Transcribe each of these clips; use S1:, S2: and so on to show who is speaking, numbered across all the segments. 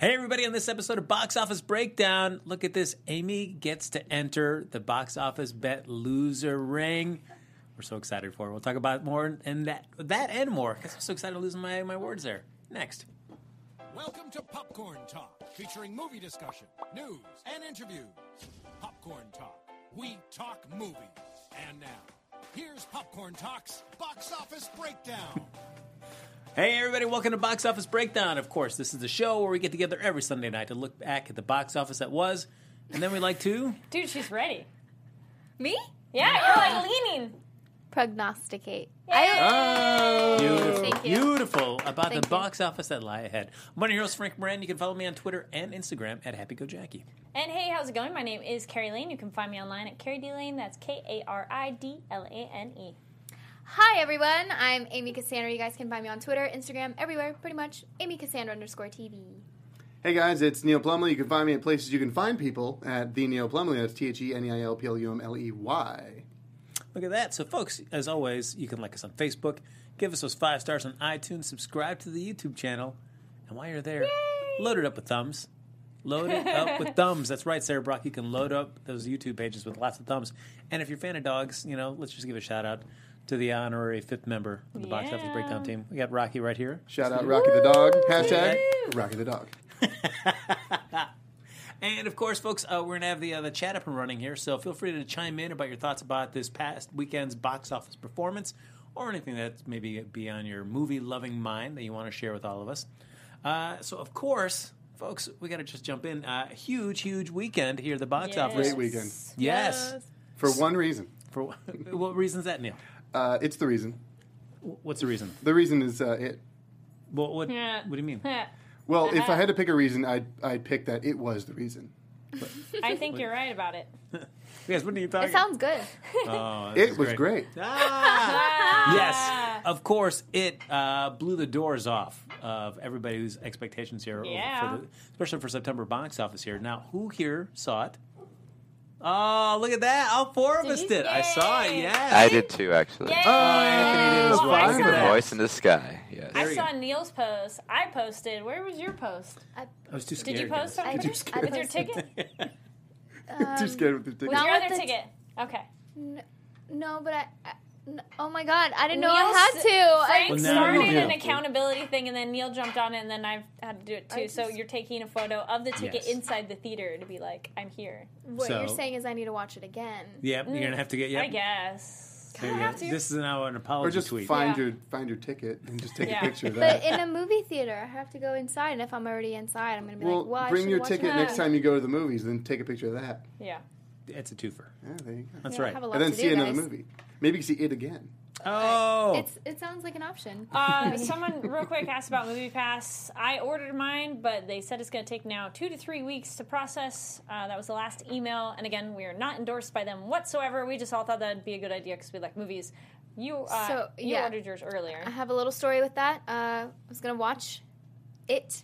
S1: everybody, on this episode of Box Office Breakdown. Look at this. Amy gets to enter the box office bet loser ring. We're so excited for it. We'll talk about more and that that and more because I'm so excited to lose my, my words there. Next.
S2: Welcome to Popcorn Talk, featuring movie discussion, news, and interviews. Popcorn Talk, we talk movies. And now, here's Popcorn Talk's box office breakdown.
S1: Hey, everybody, welcome to Box Office Breakdown. Of course, this is the show where we get together every Sunday night to look back at the box office that was. And then we like to.
S3: Dude, she's ready.
S4: Me?
S3: Yeah, you're like leaning.
S4: Prognosticate.
S5: Ah!
S4: I,
S1: Beautiful,
S4: Thank you.
S1: beautiful about
S4: Thank
S1: the
S4: you.
S1: box office that lie ahead. I'm one of your hosts, Frank Moran. You can follow me on Twitter and Instagram at Happy Go Jackie.
S3: And hey, how's it going? My name is Carrie Lane. You can find me online at Carrie D Lane. That's K A R I D L A N E.
S4: hi, everyone. I'm Amy Cassandra. You guys can find me on Twitter, Instagram, everywhere, pretty much. Amy Cassandra underscore TV.
S5: Hey guys, it's Neil Plumley. You can find me at places you can find people at the Neil Plumley. That's T H E N E I L P L U M L E Y.
S1: Look at that. So, folks, as always, you can like us on Facebook, give us those five stars on iTunes, subscribe to the YouTube channel, and while you're there, load it up with thumbs. Load it up with thumbs. That's right, Sarah Brock. You can load up those YouTube pages with lots of thumbs. And if you're a fan of dogs, you know, let's just give a shout out to the honorary fifth member of the box office
S3: Yeah.
S1: breakdown team. We got Rocky right here.
S5: Shout out Rocky the Dog. Hashtag Rocky the Dog.
S1: And of course, folks, uh, we're gonna have the uh, the chat up and running here, so feel free to chime in about your thoughts about this past weekend's box office performance, or anything that's maybe be on your movie loving mind that you want to share with all of us. Uh, so, of course, folks, we got to just jump in. Uh, huge, huge weekend here at the box
S3: Yes.
S1: office.
S5: Great weekend.
S1: Yes.
S5: For one reason.
S1: For what- what reason's that, Neil?
S5: Uh, it's the reason.
S1: Wh- What's the reason?
S5: The reason is uh, it.
S1: What what,
S3: Yeah.
S1: what do you mean?
S5: Well, if
S4: Uh-huh.
S5: I had to pick a reason, I'd, I'd pick that it was the reason.
S3: I think you're right about it.
S1: Yes, what are you talking?
S4: It sounds good.
S1: Oh, this
S5: It
S1: is
S5: was great.
S3: Uh,
S1: Ah! yes, of course, it uh, blew the doors off of everybody's expectations here,
S3: Yeah.
S1: for the, especially for September box office here. Now, who here saw it? Oh, look at that! All four of
S3: Did
S1: us
S3: you
S1: did. I
S3: see
S1: saw it.
S3: it?
S1: Yes,
S6: I did too, actually.
S3: Yay!
S1: Oh, Anthony did as
S3: Oh,
S1: well.
S3: I
S1: Look
S3: saw
S1: at
S6: The
S1: that.
S3: it.
S6: voice in the sky. Yes.
S3: I
S1: you
S3: saw Neil's post. I posted. Where was your post?
S1: I was too scared.
S3: Did you post
S1: guys.
S3: on Twitter?
S5: just get-
S3: With your ticket?
S4: Um,
S5: Too scared with the ticket.
S3: With
S4: Not
S3: your
S4: with
S3: other
S4: the-
S3: ticket. Okay.
S4: No, but I. I n- oh my god, I didn't know
S3: Neil
S4: I had
S3: s-
S4: to. I,
S3: Frank
S1: Well, now
S3: started
S1: you
S3: an
S1: have to.
S3: accountability thing, and then Neil jumped on it, and then I've had to do it too.
S4: I
S3: So
S4: just-
S3: you're taking a photo of the ticket
S1: Yes.
S3: inside the theater to be like, "I'm here."
S4: what you're
S1: So-
S4: saying is I need to watch it again.
S1: Yep, you're gonna have to get. Yep.
S3: I guess.
S1: There you go.
S4: have to.
S1: This is now an apology
S5: Or just
S1: tweet.
S5: find
S3: Yeah.
S5: your find your ticket and just take
S3: Yeah.
S5: a picture of
S4: But
S5: that.
S4: in a movie theater, I have to go inside, and if I'm already inside, I'm gonna be
S5: well,
S4: like, "Well, I
S5: bring
S4: should
S5: your
S4: watch
S5: ticket
S4: it.
S5: next time you go to the movies, then take a picture of that.
S3: Yeah.
S1: It's a twofer.
S5: Yeah, there you go.
S1: That's
S4: Yeah, I
S1: right.
S4: have a lot
S5: And then
S4: to
S5: see
S4: do,
S5: another
S4: guys.
S5: movie. Maybe you can see it again.
S1: oh,
S4: It's, it sounds like an option.
S3: Uh, someone real quick asked about Movie Pass. I ordered mine, but they said it's going to take now two to three weeks to process. Uh, that was the last email, and again, we are not endorsed by them whatsoever. We just all thought that'd be a good idea because we like movies. You uh,
S4: So,
S3: you
S4: yeah.
S3: ordered yours earlier.
S4: I have a little story with that. Uh, I was gonna watch it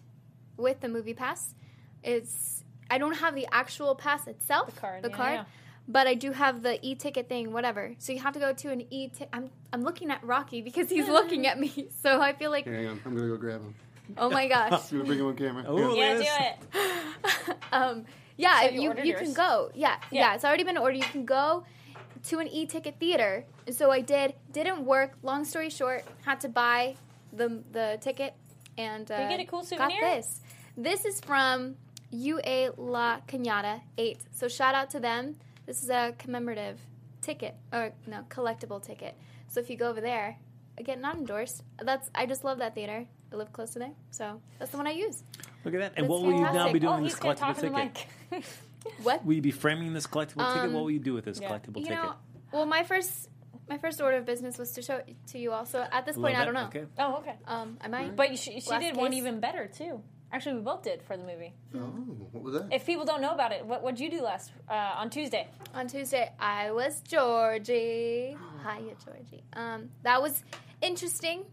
S4: with the movie pass. It's I don't have the actual pass itself,
S3: The card,
S4: the
S3: yeah,
S4: card,
S3: yeah.
S4: but I do have the e-ticket thing, whatever. So you have to go to an e. I'm I'm looking at Rocky because he's looking at me, so I feel like
S5: Here, hang on. I'm going to go grab him.
S4: oh my gosh.
S5: I'm going to bring him on camera.
S1: Ooh,
S5: Here.
S1: look
S3: Yeah,
S1: at
S3: do
S1: this.
S3: it.
S4: um, yeah,
S3: So
S4: if
S3: you
S4: you
S3: ordered
S4: you
S3: yours?
S4: can go. Yeah,
S3: Yeah.
S4: yeah, it's already been ordered. You can go to an e-ticket theater. And so I did. Didn't work. Long story short, had to buy the the ticket and uh,
S3: you get a cool souvenir?
S4: Got this. This is from UA La Cañada Eight. So shout out to them. This is a commemorative ticket or no collectible ticket. So if you go over there, again not endorsed. That's I just love that theater. I live close to there, so that's the one I use.
S1: Look at that. And
S4: That's
S1: what will you now
S4: fantastic.
S1: be
S4: Oh,
S1: doing
S3: oh,
S1: with
S3: he's
S1: this
S3: going to
S1: collectible
S3: talk in the
S1: ticket?
S3: mic.
S4: What?
S1: Will you be framing this collectible ticket? What will you do with this
S3: Um, yeah.
S1: collectible
S4: you
S1: ticket?
S4: know, well, my first my first order of business was to show it to you all. So at this
S1: A
S4: point,
S1: little
S4: I don't
S1: bit?
S4: know.
S1: Okay.
S3: oh, okay.
S4: Um, I might.
S3: But she, she
S4: Last
S3: did one
S4: case.
S3: even better too. Actually, we both did for the movie.
S5: Oh, what was that?
S3: If people don't know about it, what would you do last uh, on Tuesday?
S4: on Tuesday, I was Georgie. Hiya, Georgie. Um, that was interesting.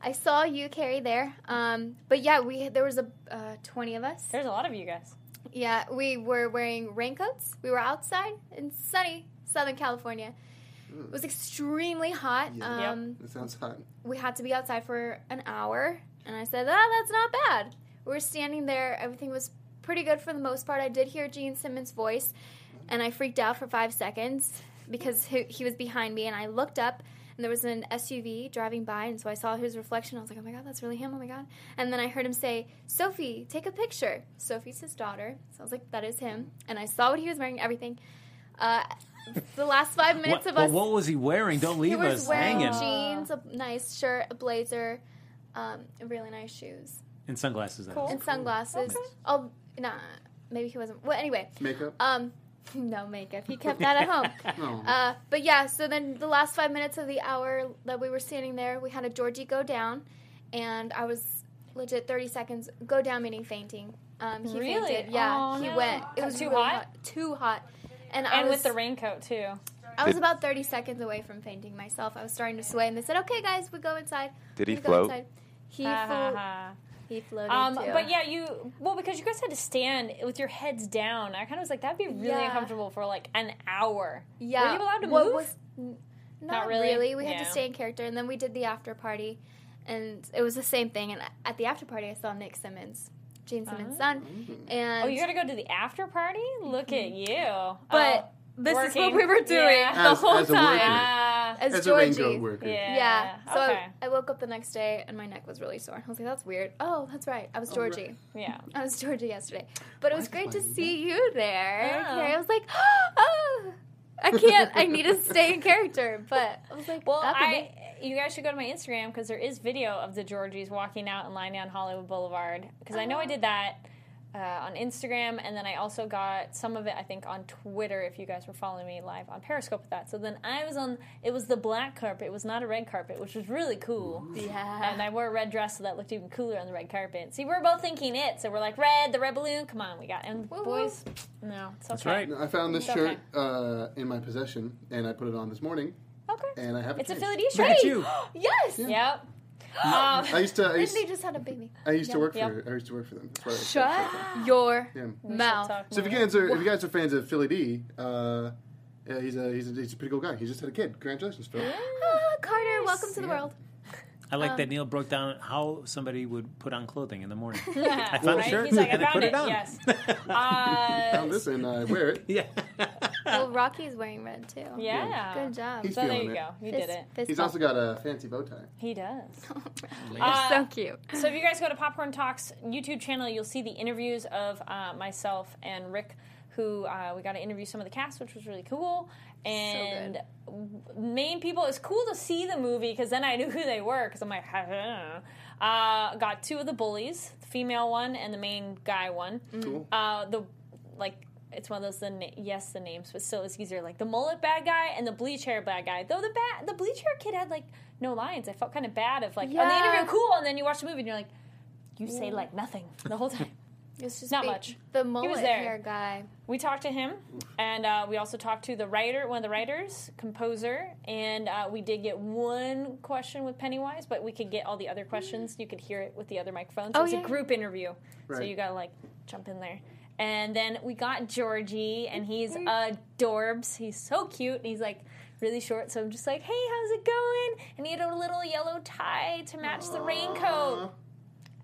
S4: I saw you, Carrie, there. Um, but yeah, we there was a uh, twenty of us.
S3: There's a lot of you guys.
S4: Yeah, we were wearing raincoats. We were outside in sunny Southern California. It was extremely hot.
S5: Yeah.
S4: Um,
S5: That sounds hot.
S4: we had to be outside for an hour, and I said, "Ah, that's not bad." We were standing there. Everything was pretty good for the most part. I did hear Gene Simmons' voice, and I freaked out for five seconds because he, he was behind me. And I looked up, and there was an SUV driving by, and so I saw his reflection. I was like, "Oh my god, that's really him! Oh my god!" And then I heard him say, "Sophie, take a picture." Sophie's his daughter, so I was like, "That is him." And I saw what he was wearing, everything. Uh, the last five minutes
S1: What,
S4: of us.
S1: well, what was he wearing? Don't
S4: He
S1: leave
S4: was
S1: us
S4: wearing
S1: hanging.
S4: jeans, a nice shirt, a blazer, um, really nice shoes,
S1: And sunglasses. that
S3: Cool.
S1: is.
S4: and sunglasses. Oh, nah, maybe he wasn't. Well, anyway,
S5: Makeup.
S4: um, no makeup. He kept that at home.
S5: No.
S4: Uh, but yeah, so then the last five minutes of the hour that we were standing there, we had a Georgie go down, and I was legit thirty seconds go down meaning fainting. Um, he
S3: Really?
S4: fainted. Yeah,
S3: Oh,
S4: he
S3: no.
S4: went. It was
S3: Too
S4: really
S3: hot?
S4: Too hot. And, I
S3: And
S4: was,
S3: with the raincoat too.
S4: I was
S6: Did-
S4: about 30 seconds away from fainting myself. I was starting to sway, and they said, "Okay, guys, we go inside."
S6: Did
S4: We
S6: he
S4: go
S6: float?
S4: inside. He
S3: Ha, ha,
S4: flo-
S3: ha.
S4: he floated.
S3: Um,
S4: too.
S3: but yeah, you well because you guys had to stand with your heads down. I kind of was like that'd be really
S4: Yeah.
S3: uncomfortable for like an hour.
S4: yeah.
S3: Were you allowed to
S4: What
S3: move?
S4: was- n- not,
S3: really?
S4: really. We had
S3: Yeah.
S4: to stay in character, and then we did the after party, and it was the same thing. And at the after party, I saw Nick Simmons, Gene Simmons' son, and
S3: oh, you got to go to the after party. Look at you. Oh,
S4: but this is
S3: working.
S4: what we were doing
S3: Yeah.
S4: the
S5: As-
S4: whole
S5: as a
S3: oh.
S4: time
S5: worker.
S3: Uh,
S4: as,
S5: As a
S4: Georgie.
S5: raincoat worker.
S3: yeah.
S4: Yeah. So
S3: okay.
S4: I, I woke up the next day and my neck was really sore. I was like, "That's weird." Oh, that's right. I was Georgie.
S3: yeah.
S4: I was Georgia yesterday, but it was
S5: Why
S4: great to
S5: did I do
S4: see you there.
S3: Yeah.
S4: Carrie. I was like, oh, I can't. I need to stay in character. But I was like,
S3: Well,
S4: that'd be
S3: I you guys should go to my Instagram because there is video of the Georgies walking out and lying down Hollywood Boulevard. Because I know
S4: Oh.
S3: I did that uh, on Instagram, and then I also got some of it I think on Twitter. If you guys were following me live on Periscope with that, so then I was on. It was the black carpet. It was not a red carpet, which was really cool.
S4: good.
S3: And
S4: yeah.
S3: I wore a red dress, so that looked even cooler on the red carpet. See, we're both thinking it, so we're like red, the red balloon. Come on, we got and
S4: Woo,
S3: boys. No, it's okay.
S1: That's right.
S5: I found this
S3: It's okay.
S5: shirt uh, in my possession, and I put it on this morning,
S3: Okay,
S5: and I have
S3: it's a Philly
S5: Philly.
S3: D
S1: Look at
S3: shirt.
S1: you.
S4: Yes.
S3: Yep. Um,
S5: I used to. I
S4: And
S5: used,
S4: they just had a baby.
S5: I used to work
S3: Yeah. Mm.
S5: for. I used to work for them. That's why I was so
S4: Shut
S5: upset.
S4: your
S5: Yeah.
S4: mouth.
S3: Talk
S5: So if you
S3: more.
S5: guys are if you guys are fans of Philly D, uh, yeah, he's a he's a, he's a pretty cool guy. He just had a kid. Congratulations, Phil.
S4: Ah, Carter, welcome to the
S5: Yeah.
S4: world.
S1: I like
S3: Um,
S1: that Neil broke down how somebody would put on clothing in the morning. I found a
S3: Right?
S1: shirt
S3: He's like, I
S1: and I
S3: found
S1: put
S3: it.
S1: it, on.
S3: Yes. Uh,
S5: Found this and I wear it.
S1: Yeah.
S4: Well, Rocky's wearing red too.
S3: yeah.
S4: Good job.
S5: He's
S3: So there
S5: feeling
S3: you
S5: it.
S3: go. You
S4: Oh. Fist-
S3: did it.
S4: fist
S5: He's
S4: bump.
S5: also got a fancy bow tie.
S3: He does.
S4: You're
S3: Uh,
S4: so cute.
S3: So if you guys go to Popcorn Talks YouTube channel, you'll see the interviews of uh, myself and Rick, who uh, we got to interview some of the cast, which was really cool. And
S4: good.
S3: main people. It's cool to see the movie because then I knew who they were. Because I'm like, uh, got two of the bullies, the female one and the main guy one.
S5: Cool.
S3: Uh, the like. It's one of those the na- yes the names, but still it's easier. Like the mullet bad guy and the bleach hair bad guy. Though the bat the bleach hair kid had like no lines. I felt kind of bad of like on the
S4: Yeah.
S3: interview cool, and then you watch the movie and you're like, you say like nothing the whole time.
S4: It's just
S3: not
S4: the-
S3: much.
S4: The mullet
S3: there.
S4: hair guy.
S3: We talked to him, and uh, we also talked to the writer, one of the writers, composer, and uh, we did get one question with Pennywise, but we could get all the other questions. You could hear it with the other microphones.
S4: Oh,
S3: it was
S4: yeah.
S3: a group interview, so
S5: Right.
S3: you gotta like jump in there. And then we got Georgie, and he's adorbs. He's so cute, and he's like really short. So I'm just like, "Hey, how's it going?" And he had a little yellow tie to match the raincoat.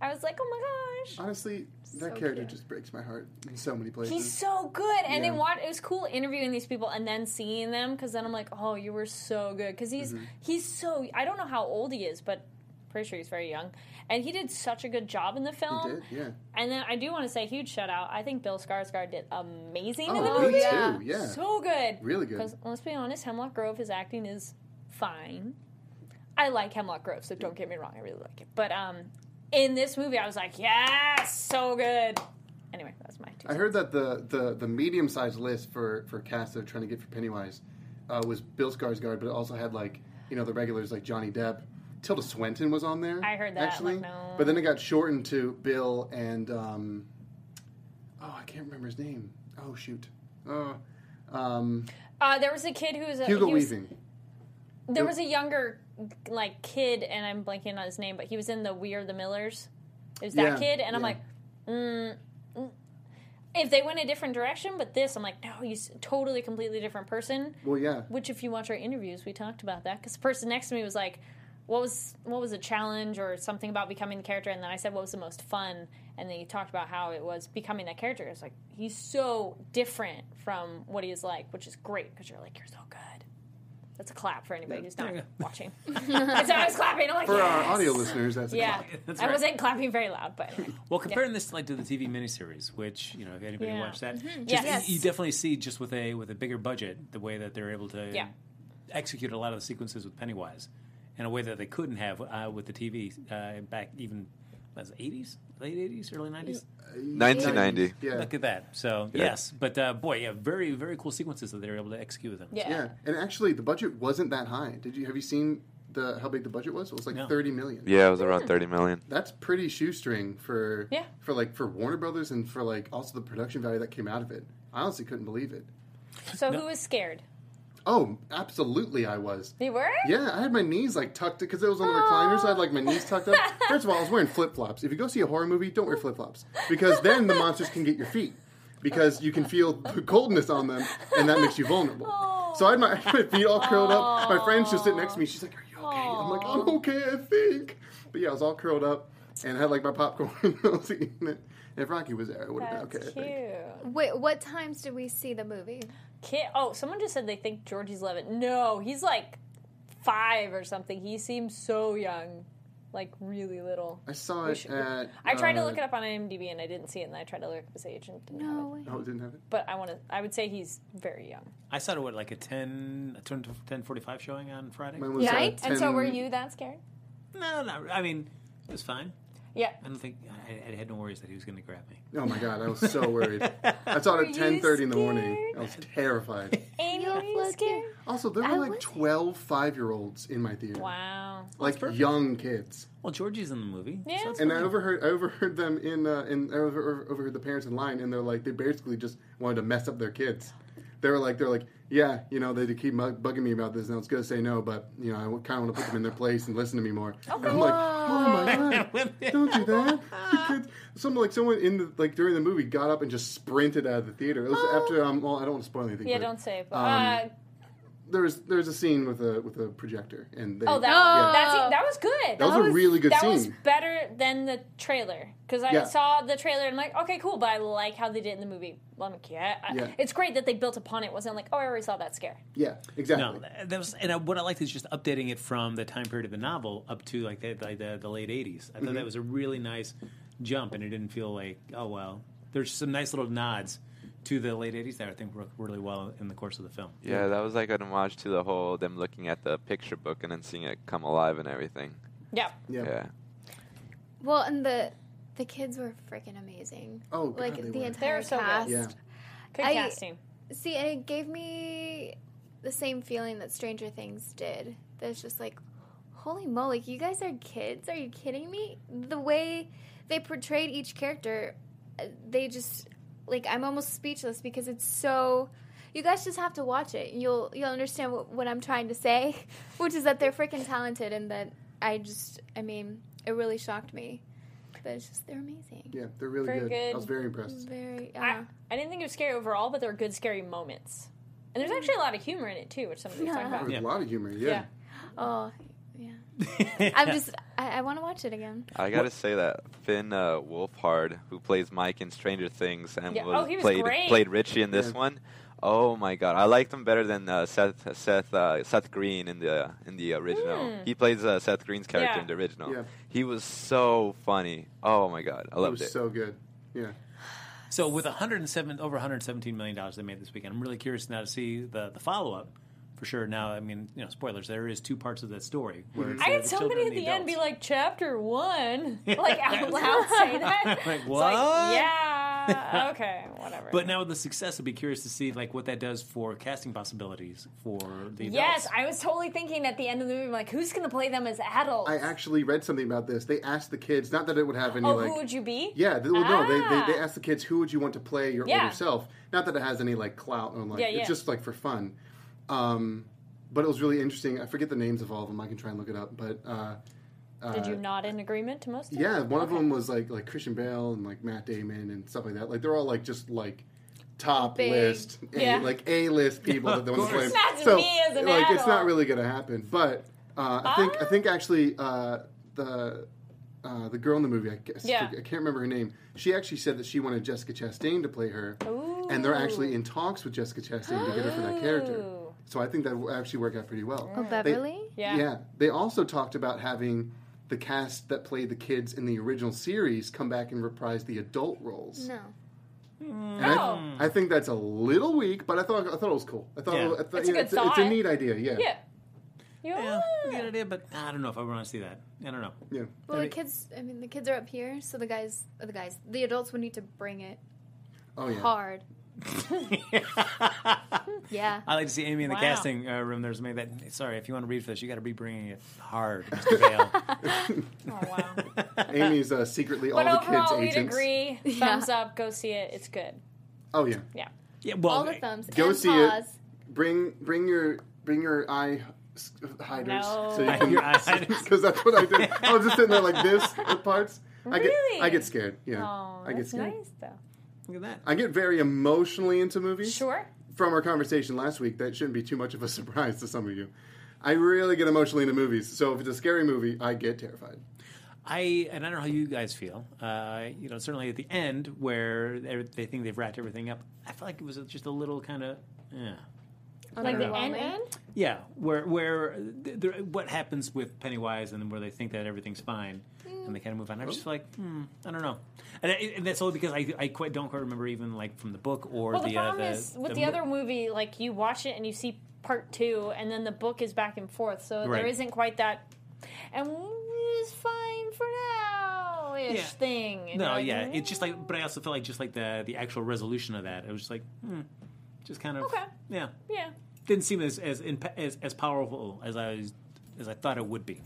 S3: I was like, "Oh my gosh!"
S5: Honestly, that
S4: So
S5: character
S4: cute.
S5: just breaks my heart in so many places.
S3: He's so good, and
S5: Yeah.
S3: then what it was cool interviewing these people and then seeing them because then I'm like, oh, you were so good because he's
S5: Mm-hmm.
S3: he's so I don't know how old he is, but pretty sure he's very young, and he did such a good job in the film.
S5: He did, yeah.
S3: And then I do want to say huge shout out. I think Bill Skarsgård did amazing in the
S5: Oh,
S3: movie.
S5: me
S4: yeah.
S5: too. Yeah,
S3: So good.
S5: really good.
S3: Because let's be honest, Hemlock Grove his acting is fine. I like Hemlock Grove, so don't get me wrong, I really like it. But um, in this movie, I was like, yes, so good. Anyway, that's my two.
S5: I heard that the the, the medium sized list for for cast they're trying to get for Pennywise uh, was Bill Skarsgård, but it also had like you know the regulars like Johnny Depp. Tilda Swinton was on there.
S3: I heard that,
S5: actually,
S3: like, no.
S5: but then it got shortened to Bill and um, oh, I can't remember his name. Oh shoot, uh, um,
S3: Uh, there was a kid who was a,
S5: Hugo
S3: he was-
S5: Weaving.
S3: There was a younger like kid, and I'm blanking on his name, but he was in the We Are the Millers. It was that
S5: Yeah,
S3: kid, and I'm
S5: yeah.
S3: like, mm, mm. if they went a different direction, but this, I'm like, no, he's a totally, completely different person.
S5: Well, yeah,
S3: Which, if you watch our interviews, we talked about that because the person next to me was like, what was what was a challenge or something about becoming the character, and then I said what was the most fun, and then you talked about how it was becoming that character. It's like he's so different from what he is like, which is great because you're like you're so good. That's a clap for anybody who's not
S1: Yeah.
S3: watching. I said I was clapping. I'm like
S5: For our
S3: "Yes!"
S5: audio listeners, that's a
S3: Yeah,
S5: clap.
S1: That's
S3: I
S1: right.
S3: wasn't clapping very loud, but anyway.
S1: Well, comparing this like to the TV miniseries, which you know, if anybody
S3: Yeah. Mm-hmm.
S1: watched that, just,
S3: Yes.
S1: you, you definitely see just with a with a bigger budget the way that they're able to
S3: Yeah.
S1: execute a lot of the sequences with Pennywise in a way that they couldn't have uh, with the TV uh, back even as eighties, late eighties, early nineties.
S6: 1990.
S5: Yeah.
S1: Look at that. So
S6: Yeah.
S1: yes, but uh, boy, yeah, very very cool sequences that they were able to execute with them.
S3: yeah.
S5: Yeah, and actually, the budget wasn't that high. Did you have you seen the how big the budget was? It was like
S1: No.
S5: thirty million.
S6: Yeah, it was around 30 million.
S5: that's pretty shoestring for
S3: Yeah.
S5: for like for Warner Brothers and for like also the production value that came out of it. I honestly couldn't believe it.
S3: So who was scared?
S5: Oh, absolutely, I was.
S3: You were?
S5: Yeah, I had my knees like tucked because it was on the recliner, so I had like my knees tucked up. First of all, I was wearing flip flops. If you go see a horror movie, don't wear flip flops because then the monsters can get your feet because you can feel the coldness on them, and that makes you vulnerable. So I had my, my feet all curled up. My friend's just sitting next to me. She's like, "Are you okay?" I'm like, "I'm okay, I think." But yeah, I was all curled up and I had like my popcorn. and I was eating it. And if Rocky was there, I would have
S3: That's
S5: been okay. I think.
S3: cute.
S4: Wait, what times did we see the movie?
S3: Kid. Oh, someone just said they think Georgie's eleven. No, he's like five or something. He seems so young, like really little.
S5: I saw
S3: We
S5: it
S3: should-
S5: at.
S3: I tried to
S5: uh,
S3: look it up on IMDb and I didn't see it, and then I tried to look up his age and didn't have it.
S4: No way.
S5: Oh, it didn't have it.
S3: But I want to. I would say he's very young.
S1: I saw it what like a 10, 10, 45 showing on Friday.
S5: Mine was, uh,
S4: Right?
S3: And so,
S5: 10
S3: were you that scared?
S1: No, no, I mean it was fine.
S3: Yeah.
S1: I don't think I, I had no worries that he was going to grab me.
S5: Oh my god, I was so worried. I saw it at
S3: you
S5: ten thirty in the morning.
S3: scared?
S5: I was terrified.
S3: Amy, were you scared?
S5: Also, there were
S4: I
S5: like
S4: was-
S5: 12 5 year olds in my theater.
S3: Wow.
S5: Like young kids.
S1: Well, Georgie's in the movie.
S3: Yeah.
S1: So that's
S5: And I
S1: fine.
S5: overheard I overheard them in uh, in I over, over- overheard the parents in line and they're like they basically just wanted to mess up their kids. They were like they're like yeah you know they keep mug- bugging me about this and I was gonna say no but you know I kind of want to put them in their place and listen to me more. And I'm like oh my god Don't do that. The kids- Some like someone in the like during the movie got up and just sprinted out of the theater. It was
S4: Oh.
S5: after um well I don't want to spoil anything.
S3: Yeah.
S5: but
S3: Don't say. it, But, uh,
S5: Um, there was there was a scene with a with a projector and they,
S3: oh, that
S4: yeah.
S3: that's, that was good.
S5: that was, a really good
S3: that
S5: scene.
S3: was better than the trailer because I
S5: Yeah.
S3: saw the trailer and I'm like, okay, cool, but I like how they did it in the movie. Well, I'm like, yeah, I-
S5: Yeah.
S3: it's great that they built upon it. Wasn't like, oh, I already saw that scare.
S5: yeah, exactly.
S1: No, that that was, and I, what I liked is just updating it from the time period of the novel up to like the the, the, the late '80s. I thought
S5: Mm-hmm.
S1: that was a really nice jump, and it didn't feel like oh well. There's some nice little nods to the late '80s that I think work really well in the course of the film.
S6: Yeah, that was like an homage to the whole them looking at the picture book and then seeing it come alive and everything.
S3: Yeah,
S5: Yeah.
S6: Yeah.
S4: Well, and the the kids were freaking amazing.
S5: Oh, God,
S4: like
S5: they
S4: the
S5: were.
S3: They were
S4: entire
S3: so good.
S4: cast.
S5: Yeah.
S3: good
S4: I-
S3: casting.
S4: See, and it gave me the same feeling that Stranger Things did. There's just like, holy moly, you guys are kids? Are you kidding me? The way they portrayed each character, uh, they just like I'm almost speechless because it's so. You guys just have to watch it. You'll you'll understand what, what I'm trying to say, which is that they're freaking talented and that I just I mean it really shocked me. But it's just they're amazing.
S5: Yeah, they're really
S3: Very
S5: good.
S3: good.
S5: I was very impressed.
S4: Very. Uh,
S3: I, I didn't think it was scary overall, but there were good scary moments, and there's actually a lot of humor in it too, which somebody was talking
S5: There
S3: about.
S5: was
S1: Yeah.
S5: a lot of humor. Yeah.
S3: Yeah.
S4: oh, yeah. I'm just I, I want to watch it again.
S6: I gotta say that Finn uh, Wolfhard, who plays Mike in Stranger Things and
S3: Yeah.
S6: was,
S3: Oh, he was
S6: played
S3: great.
S6: played Richie in this
S5: Yeah.
S6: one, oh my god, I liked him better than uh, Seth Seth uh, Seth Green in the uh, in the original. He plays uh, Seth Green's character
S3: Hmm. Yeah.
S6: in the original.
S5: Yeah.
S6: He was so funny. Oh my god, I
S5: It
S6: loved
S5: was
S6: it.
S5: so good. Yeah.
S1: So with 107 over 117 million dollars they made this weekend, I'm really curious now to see the the follow up. For sure. Now, I mean, you know, spoilers. There is two parts of that story. Where it's,
S3: Mm-hmm. I
S1: uh,
S3: had
S1: the
S3: somebody
S1: children
S3: at
S1: and
S3: the end be
S1: adults.
S3: like, "Chapter one," like out loud say that.
S1: Like,
S3: It's
S1: what?
S3: yeah. Okay. Whatever.
S1: But now with the success, I'd be curious to see like what that does for casting possibilities for the adults.
S3: Yes, I was totally thinking at the end of the movie, like, who's going to play them as adults?
S5: I actually read something about this. They asked the kids, not that it would have any
S3: oh,
S5: like.
S3: who would you be?
S5: yeah, they, well, no, they,
S3: Ah.
S5: they, they asked the kids, who would you want to play your
S3: Yeah.
S5: older self? Not that it has any like clout or like,
S3: Yeah, yeah.
S5: it's just like for fun. Um, but it was really interesting. I forget the names of all of them. I can try and look it up. But uh,
S3: Did you nod in agreement to most of
S5: Yeah,
S3: them?
S5: one of
S3: Okay.
S5: them was like like Christian Bale and like Matt Damon and stuff like that. Like they're all like just like top
S4: Big.
S5: list, A,
S3: Yeah.
S5: like A list people that they want to play.
S1: course.
S3: Imagine me as an
S5: like it's
S3: adult. Ah.
S5: not really going to happen. But Uh, I think I think actually uh, the uh, the girl in the movie I guess
S3: Yeah.
S5: I can't remember her name. She actually said that she wanted Jessica Chastain to play her, and they're actually in talks with Jessica Chastain to get her for that character.
S3: Ooh.
S5: So I think that will actually work out pretty well.
S4: Oh, Beverly?
S3: Yeah.
S5: They also talked about having the cast that played the kids in the original series come back and reprise the adult roles.
S4: No.
S5: And
S3: Oh.
S5: I, I think that's a little weak, but I thought I thought it was cool. I thought,
S1: Yeah.
S5: it was, I thought
S3: It's a good
S5: it's, it's a
S3: thought.
S5: neat idea. Yeah.
S3: Yeah. You
S1: Yeah,
S3: are.
S1: good idea, but I don't know if I want to see that. I don't know.
S5: Yeah.
S1: I
S4: Well, the
S1: mean-
S4: kids, I mean, the kids are up here, so the guys, or the guys, the adults would need to bring it
S5: Oh yeah.
S4: hard. Yeah.
S1: I like to see Amy in the
S3: Wow.
S1: casting uh, room. There's made that. Sorry, if you want to read for this, you got to be bringing it hard, Mr. Bale.
S3: Oh, wow.
S5: Amy's uh, secretly all
S3: but
S5: the kids'
S3: overall, we'd
S5: agents.
S3: agree. Thumbs up. Go see it. It's good.
S5: Oh yeah.
S3: Yeah.
S1: yeah, well,
S4: All the thumbs
S5: Go
S4: and
S5: see it.
S4: paws.
S5: Bring bring your bring your eye s- hiders
S3: No.
S5: so you
S1: Your eye
S5: can
S1: hiders.
S5: because that's what I did. I was just sitting there like this with parts. I get
S3: Really?
S5: I get scared. Yeah.
S3: Oh,
S5: I get
S3: that's
S5: scared.
S3: nice though.
S1: look at that.
S5: I get very emotionally into movies.
S3: Sure.
S5: From our conversation last week, that shouldn't be too much of a surprise to some of you. I really get emotionally into movies, so if it's a scary movie, I get terrified.
S1: I and I don't know how you guys feel. Uh, you know, certainly at the end where they they think they've wrapped everything up, I feel like it was just a little kind of yeah,
S3: Like the end
S4: Underwhelming.
S5: uh,
S3: end.
S1: yeah. Where where th- there, what happens with Pennywise and then where they think that everything's fine and they kind of move on. I just feel like hmm, I don't know, and, I, and that's only because I I quite don't quite remember even like from the book or
S3: Well, the,
S1: the,
S3: problem
S1: uh, the
S3: is with the,
S1: mo-
S3: other movie, like you watch it and you see part two, and then the book is back and forth, so
S1: Right.
S3: there isn't quite that. And it's fine for now ish
S1: Yeah.
S3: thing. And
S1: No,
S3: you're like, mm.
S1: yeah, it's just like, but I also feel like just like the the actual resolution of that, it was just like, hmm, just kind of,
S3: Okay.
S1: yeah,
S3: yeah.
S1: didn't seem as as imp- as, as powerful as I was, as I thought it would be.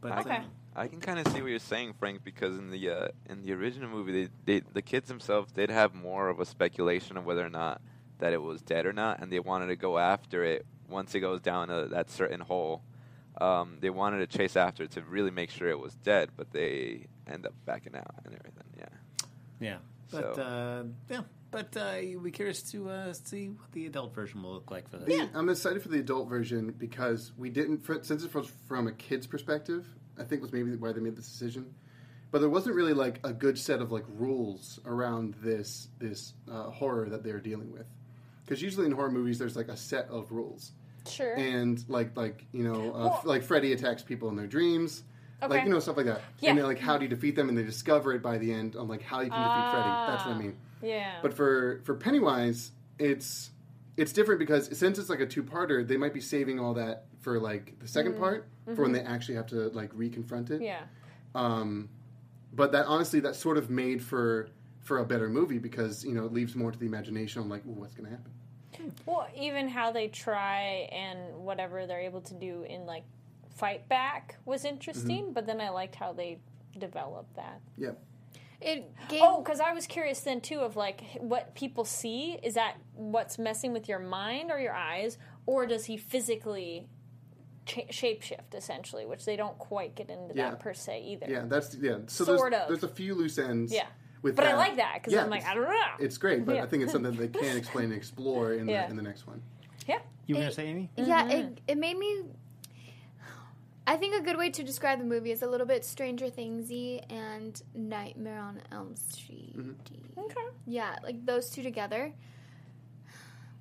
S1: But um,
S6: I-
S3: Okay.
S6: I can kind of see what you're saying, Frank, because in the uh, in the original movie, they, they the kids themselves did have more of a speculation of whether or not that it was dead or not, and they wanted to go after it once it goes down a, that certain hole. Um, they wanted to chase after it to really make sure it was dead, but they end up backing out and everything. Yeah,
S1: yeah, but
S6: So-
S1: uh, yeah, but uh, we're curious to uh, see what the adult version will look like for this.
S5: The- I'm excited for the adult version because we didn't, for, since it was from a kid's perspective, I think was maybe why they made this decision. But there wasn't really like a good set of like rules around this this uh, horror that they're dealing with, because usually in horror movies there's like a set of rules,
S3: Sure.
S5: and like like you know uh,
S3: Well-
S5: like Freddy attacks people in their dreams, like
S3: Okay.
S5: you know stuff like that,
S3: Yeah.
S5: and then like how do you defeat them, and they discover it by the end on like how you can defeat Freddy. That's what I
S3: Ah.
S5: mean.
S3: yeah.
S5: But for for Pennywise, it's it's different because since it's like a two parter, they might be saving all that for like the 2nd part for when they actually have to like reconfront it.
S3: Mm-hmm. yeah.
S5: Um, but that honestly, that sort of made for for a better movie because you know it leaves more to the imagination on like ooh, what's going to happen.
S3: Well, even how they try and whatever they're able to do in like fight back was interesting,
S5: Mm-hmm.
S3: but then I liked how they developed that.
S5: Yeah.
S4: It gave.
S3: Oh, because I was curious then too of like what people see is that what's messing with your mind or your eyes, or does he physically cha- shapeshift essentially, which they don't quite get into
S5: Yeah.
S3: that per se either.
S5: Yeah, that's yeah. So
S3: Sort
S5: there's,
S3: of.
S5: there's a few loose ends.
S3: Yeah.
S5: With
S3: But I like that because
S5: Yeah,
S3: I'm like
S5: it's-
S3: I don't know.
S5: It's great, but
S3: Yeah.
S5: I think it's something they can explain and explore in
S3: Yeah.
S5: the in the next one.
S3: yeah,
S1: You were gonna say Amy?
S4: Yeah, it, it made me. I think a good way to describe the movie is a little bit Stranger Thingsy and Nightmare on Elm Street.
S5: Mm-hmm.
S3: okay,
S4: Yeah, like those two together.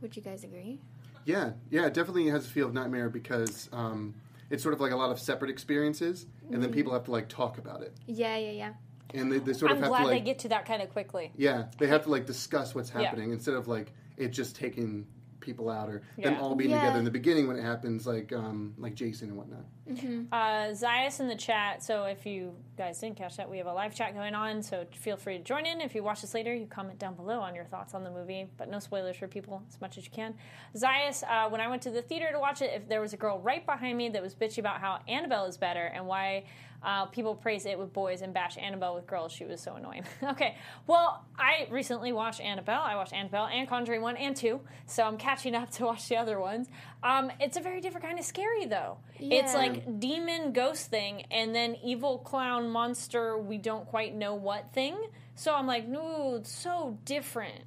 S4: Would you guys agree?
S5: Yeah, yeah, it definitely has a feel of nightmare because um, it's sort of like a lot of separate experiences, and
S3: Mm-hmm.
S5: then people have to like talk about it,
S4: Yeah, yeah, yeah.
S5: and they, they sort of
S3: I'm
S5: have
S3: glad
S5: to like
S3: they get to that kind of quickly.
S5: yeah, they have to like discuss what's
S3: Yeah.
S5: happening instead of like it just taking people out or
S3: Yeah.
S5: them all being
S4: Yeah.
S5: together in the beginning when it happens, like um, like Jason and whatnot.
S3: Uh, Zias in the chat. So if you guys didn't catch that, we have a live chat going on. So feel free to join in. If you watch this later, you comment down below on your thoughts on the movie. But no spoilers for people as much as you can. Zias, uh, when I went to the theater to watch it, if there was a girl right behind me that was bitchy about how Annabelle is better and why uh, people praise it with boys and bash Annabelle with girls, she was so annoying. okay, well, I recently watched Annabelle. I watched Annabelle and Conjuring one and two, so I'm catching up to watch the other ones. Um, it's a very different kind of scary though. It's
S4: Yeah.
S3: like demon ghost thing and then evil clown monster we don't quite know what thing so i'm like no it's so different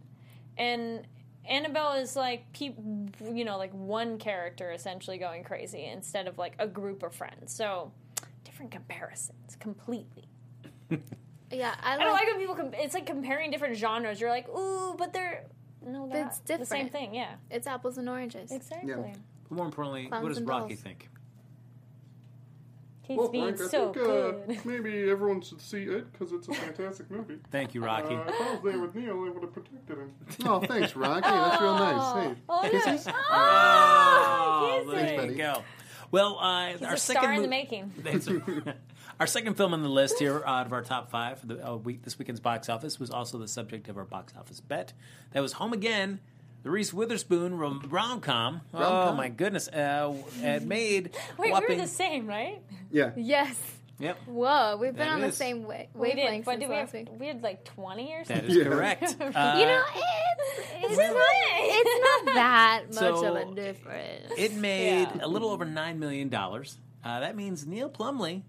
S3: and Annabelle is like peop you know, like one character essentially going crazy instead of like a group of friends. So different comparisons completely.
S4: Yeah, I
S3: I don't like
S4: like.
S3: when people. Com- it's like comparing different genres. You're like, ooh, but they're no, they're
S4: It's
S3: not the same
S4: different.
S3: thing. Yeah,
S4: It's apples and oranges.
S3: exactly.
S1: But more importantly,
S4: Clowns
S1: what does
S4: and
S1: Rocky
S4: dolls.
S1: think?
S3: He's
S5: Well,
S3: being
S5: Frank, I
S3: so
S5: think uh,
S3: good.
S5: maybe everyone should see it because it's a fantastic movie.
S1: Thank you,
S5: Uh,
S1: Rocky.
S5: if I was there with Neil, I would have protected him. Oh, thanks, Rocky. That's real nice. Hey,
S3: Oh, yeah.
S5: kisses?
S4: Ah,
S1: Oh,
S3: Kisses.
S1: there
S5: Thanks,
S1: you go. Well, uh,
S3: He's
S1: our
S3: a
S1: second
S3: star in the
S1: mo-
S3: making.
S1: Thanks. our second film on the list here out of our top five for the uh, week, this weekend's box office was also the subject of our box office bet. That was Home Again, the Reese Witherspoon rom- rom-com. Oh
S5: Rom-com.
S1: my goodness! Uh, it made
S3: Wait, we
S1: whopping.
S3: were the same, right?
S5: Yeah.
S4: Yes.
S1: Yep,
S4: Whoa, we've been
S1: That
S4: on the
S1: is.
S4: same wa-
S3: We did,
S4: wavelength
S3: but
S4: since
S3: did we
S4: last
S3: have
S4: week.
S3: we had like twenty or
S1: that
S3: something?
S1: is
S5: Yeah.
S1: correct. Uh,
S4: you know, it's, it's,
S3: Really?
S4: not, it's not that much
S1: So-
S4: of a difference.
S1: It made
S3: Yeah.
S1: a little over nine million dollars. Uh, that means Neil Plumley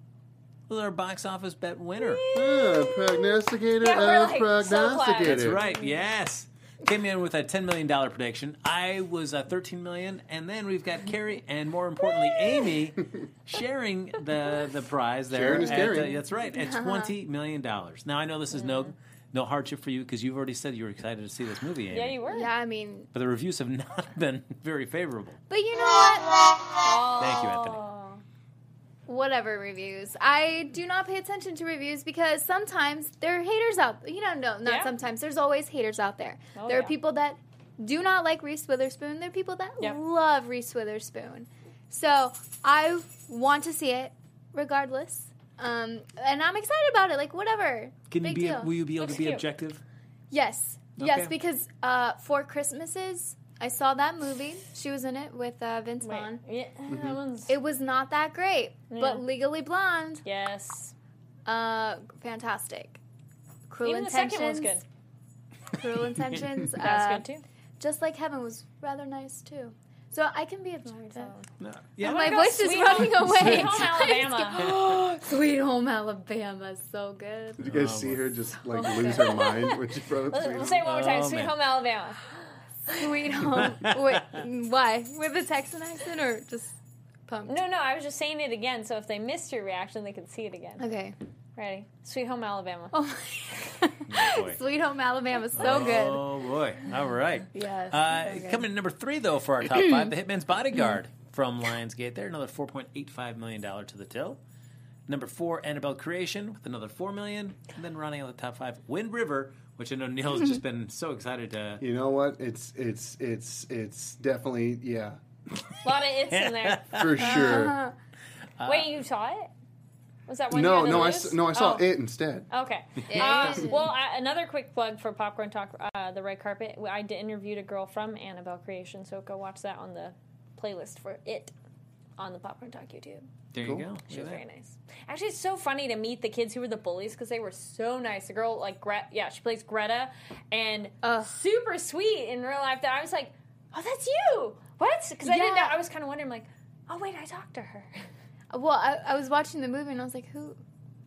S1: was our box office bet winner.
S5: Yeah, prognosticator
S3: Yeah, we're
S5: of
S3: like so glad.
S5: prognosticator.
S1: That's right. Yes, came in with a ten million dollar prediction. I was uh, thirteen million, and then we've got Carrie and more importantly Amy sharing the the prize there.
S5: Sharing is
S1: at, uh,
S5: caring.
S1: that's right. At twenty million dollars. Now I know this is no no hardship for you because you've already said you were excited to see this movie. Amy.
S3: Yeah, you were.
S4: Yeah, I mean,
S1: But the reviews have not been very favorable.
S4: but you know what?
S1: Thank you, Anthony.
S4: Whatever reviews. I do not pay attention to reviews because sometimes there are haters out. You know, no, not
S3: Yeah.
S4: sometimes. There's always haters out there.
S3: Oh,
S4: there are
S3: yeah.
S4: people that do not like Reese Witherspoon. There are people that
S3: Yep.
S4: love Reese Witherspoon. So I want to see it, regardless. Um, and I'm excited about it. Like whatever.
S1: Can you
S4: Big
S1: be?
S4: deal.
S1: Will you be able
S3: Looks
S1: to be
S3: cute.
S1: objective?
S4: Yes,
S1: Okay.
S4: yes, because uh, for Christmases, I saw that movie. She was in it with uh, Vince
S3: Wait,
S4: Vaughn.
S3: yeah,
S1: Mm-hmm.
S3: that one's-
S4: It was not that great,
S3: Yeah.
S4: but Legally Blonde,
S3: yes.
S4: uh, fantastic. Cruel
S3: Even the
S4: Intentions,
S3: second one's good.
S4: Cruel Intentions,
S3: That's
S4: uh,
S3: good too.
S4: Just Like Heaven was rather nice too. So I can be objective.
S1: No. Yeah.
S4: Oh My
S3: go
S4: voice is
S3: Sweet
S4: running
S3: Home-
S4: away.
S3: Sweet Home Alabama.
S4: "Oh, Sweet Home Alabama, so good.
S5: Did you guys see her just like lose her mind when she brought
S3: Let's,
S5: it
S3: let's say it one more time.
S1: Oh,
S3: Sweet
S1: man.
S3: Home Alabama.
S4: Sweet Home. Wait, why? With a Texan accent or just pumped?
S3: No, no, I was just saying it again. So if they missed your reaction, they could see it again.
S4: Okay.
S3: Ready? Sweet Home Alabama.
S4: Oh my
S1: boy.
S4: Sweet Home Alabama, so good.
S1: Oh boy! All right.
S4: Yes.
S1: Uh,
S4: so good.
S1: coming in number three, though, for our top five, The Hitman's Bodyguard from Lionsgate. There, another four point eight five million dollar to the till. Number four, Annabelle Creation with another four million, and then running on the top five, Wind River, which I know Neil has just been so excited to.
S5: You know what? It's it's it's it's definitely yeah
S3: A lot of it's in there.
S5: for
S3: Uh-huh.
S5: sure.
S3: Wait, you saw it? Was that one? you
S5: No,
S3: had to
S5: no, I
S3: lose?
S5: s- no, I saw
S3: Oh.
S5: it instead.
S3: Okay. Uh, well, I, another quick plug for Popcorn Talk, uh, the red carpet. I did interviewed a girl from Annabelle Creation, so go watch that on the playlist for it on the Popcorn Talk YouTube.
S1: There
S5: Cool.
S1: you go. Look
S3: She
S1: at
S3: was
S1: that.
S3: very nice. Actually, it's so funny to meet the kids who were the bullies because they were so nice. The girl, like, Gre- yeah, she plays Greta and
S4: Ugh.
S3: super sweet in real life. That I was like, oh, that's you. What? Because I didn't know.
S4: Yeah.
S3: I was kind of wondering, like, oh, wait, I talked to her.
S4: well, I, I was watching the movie and I was like, who,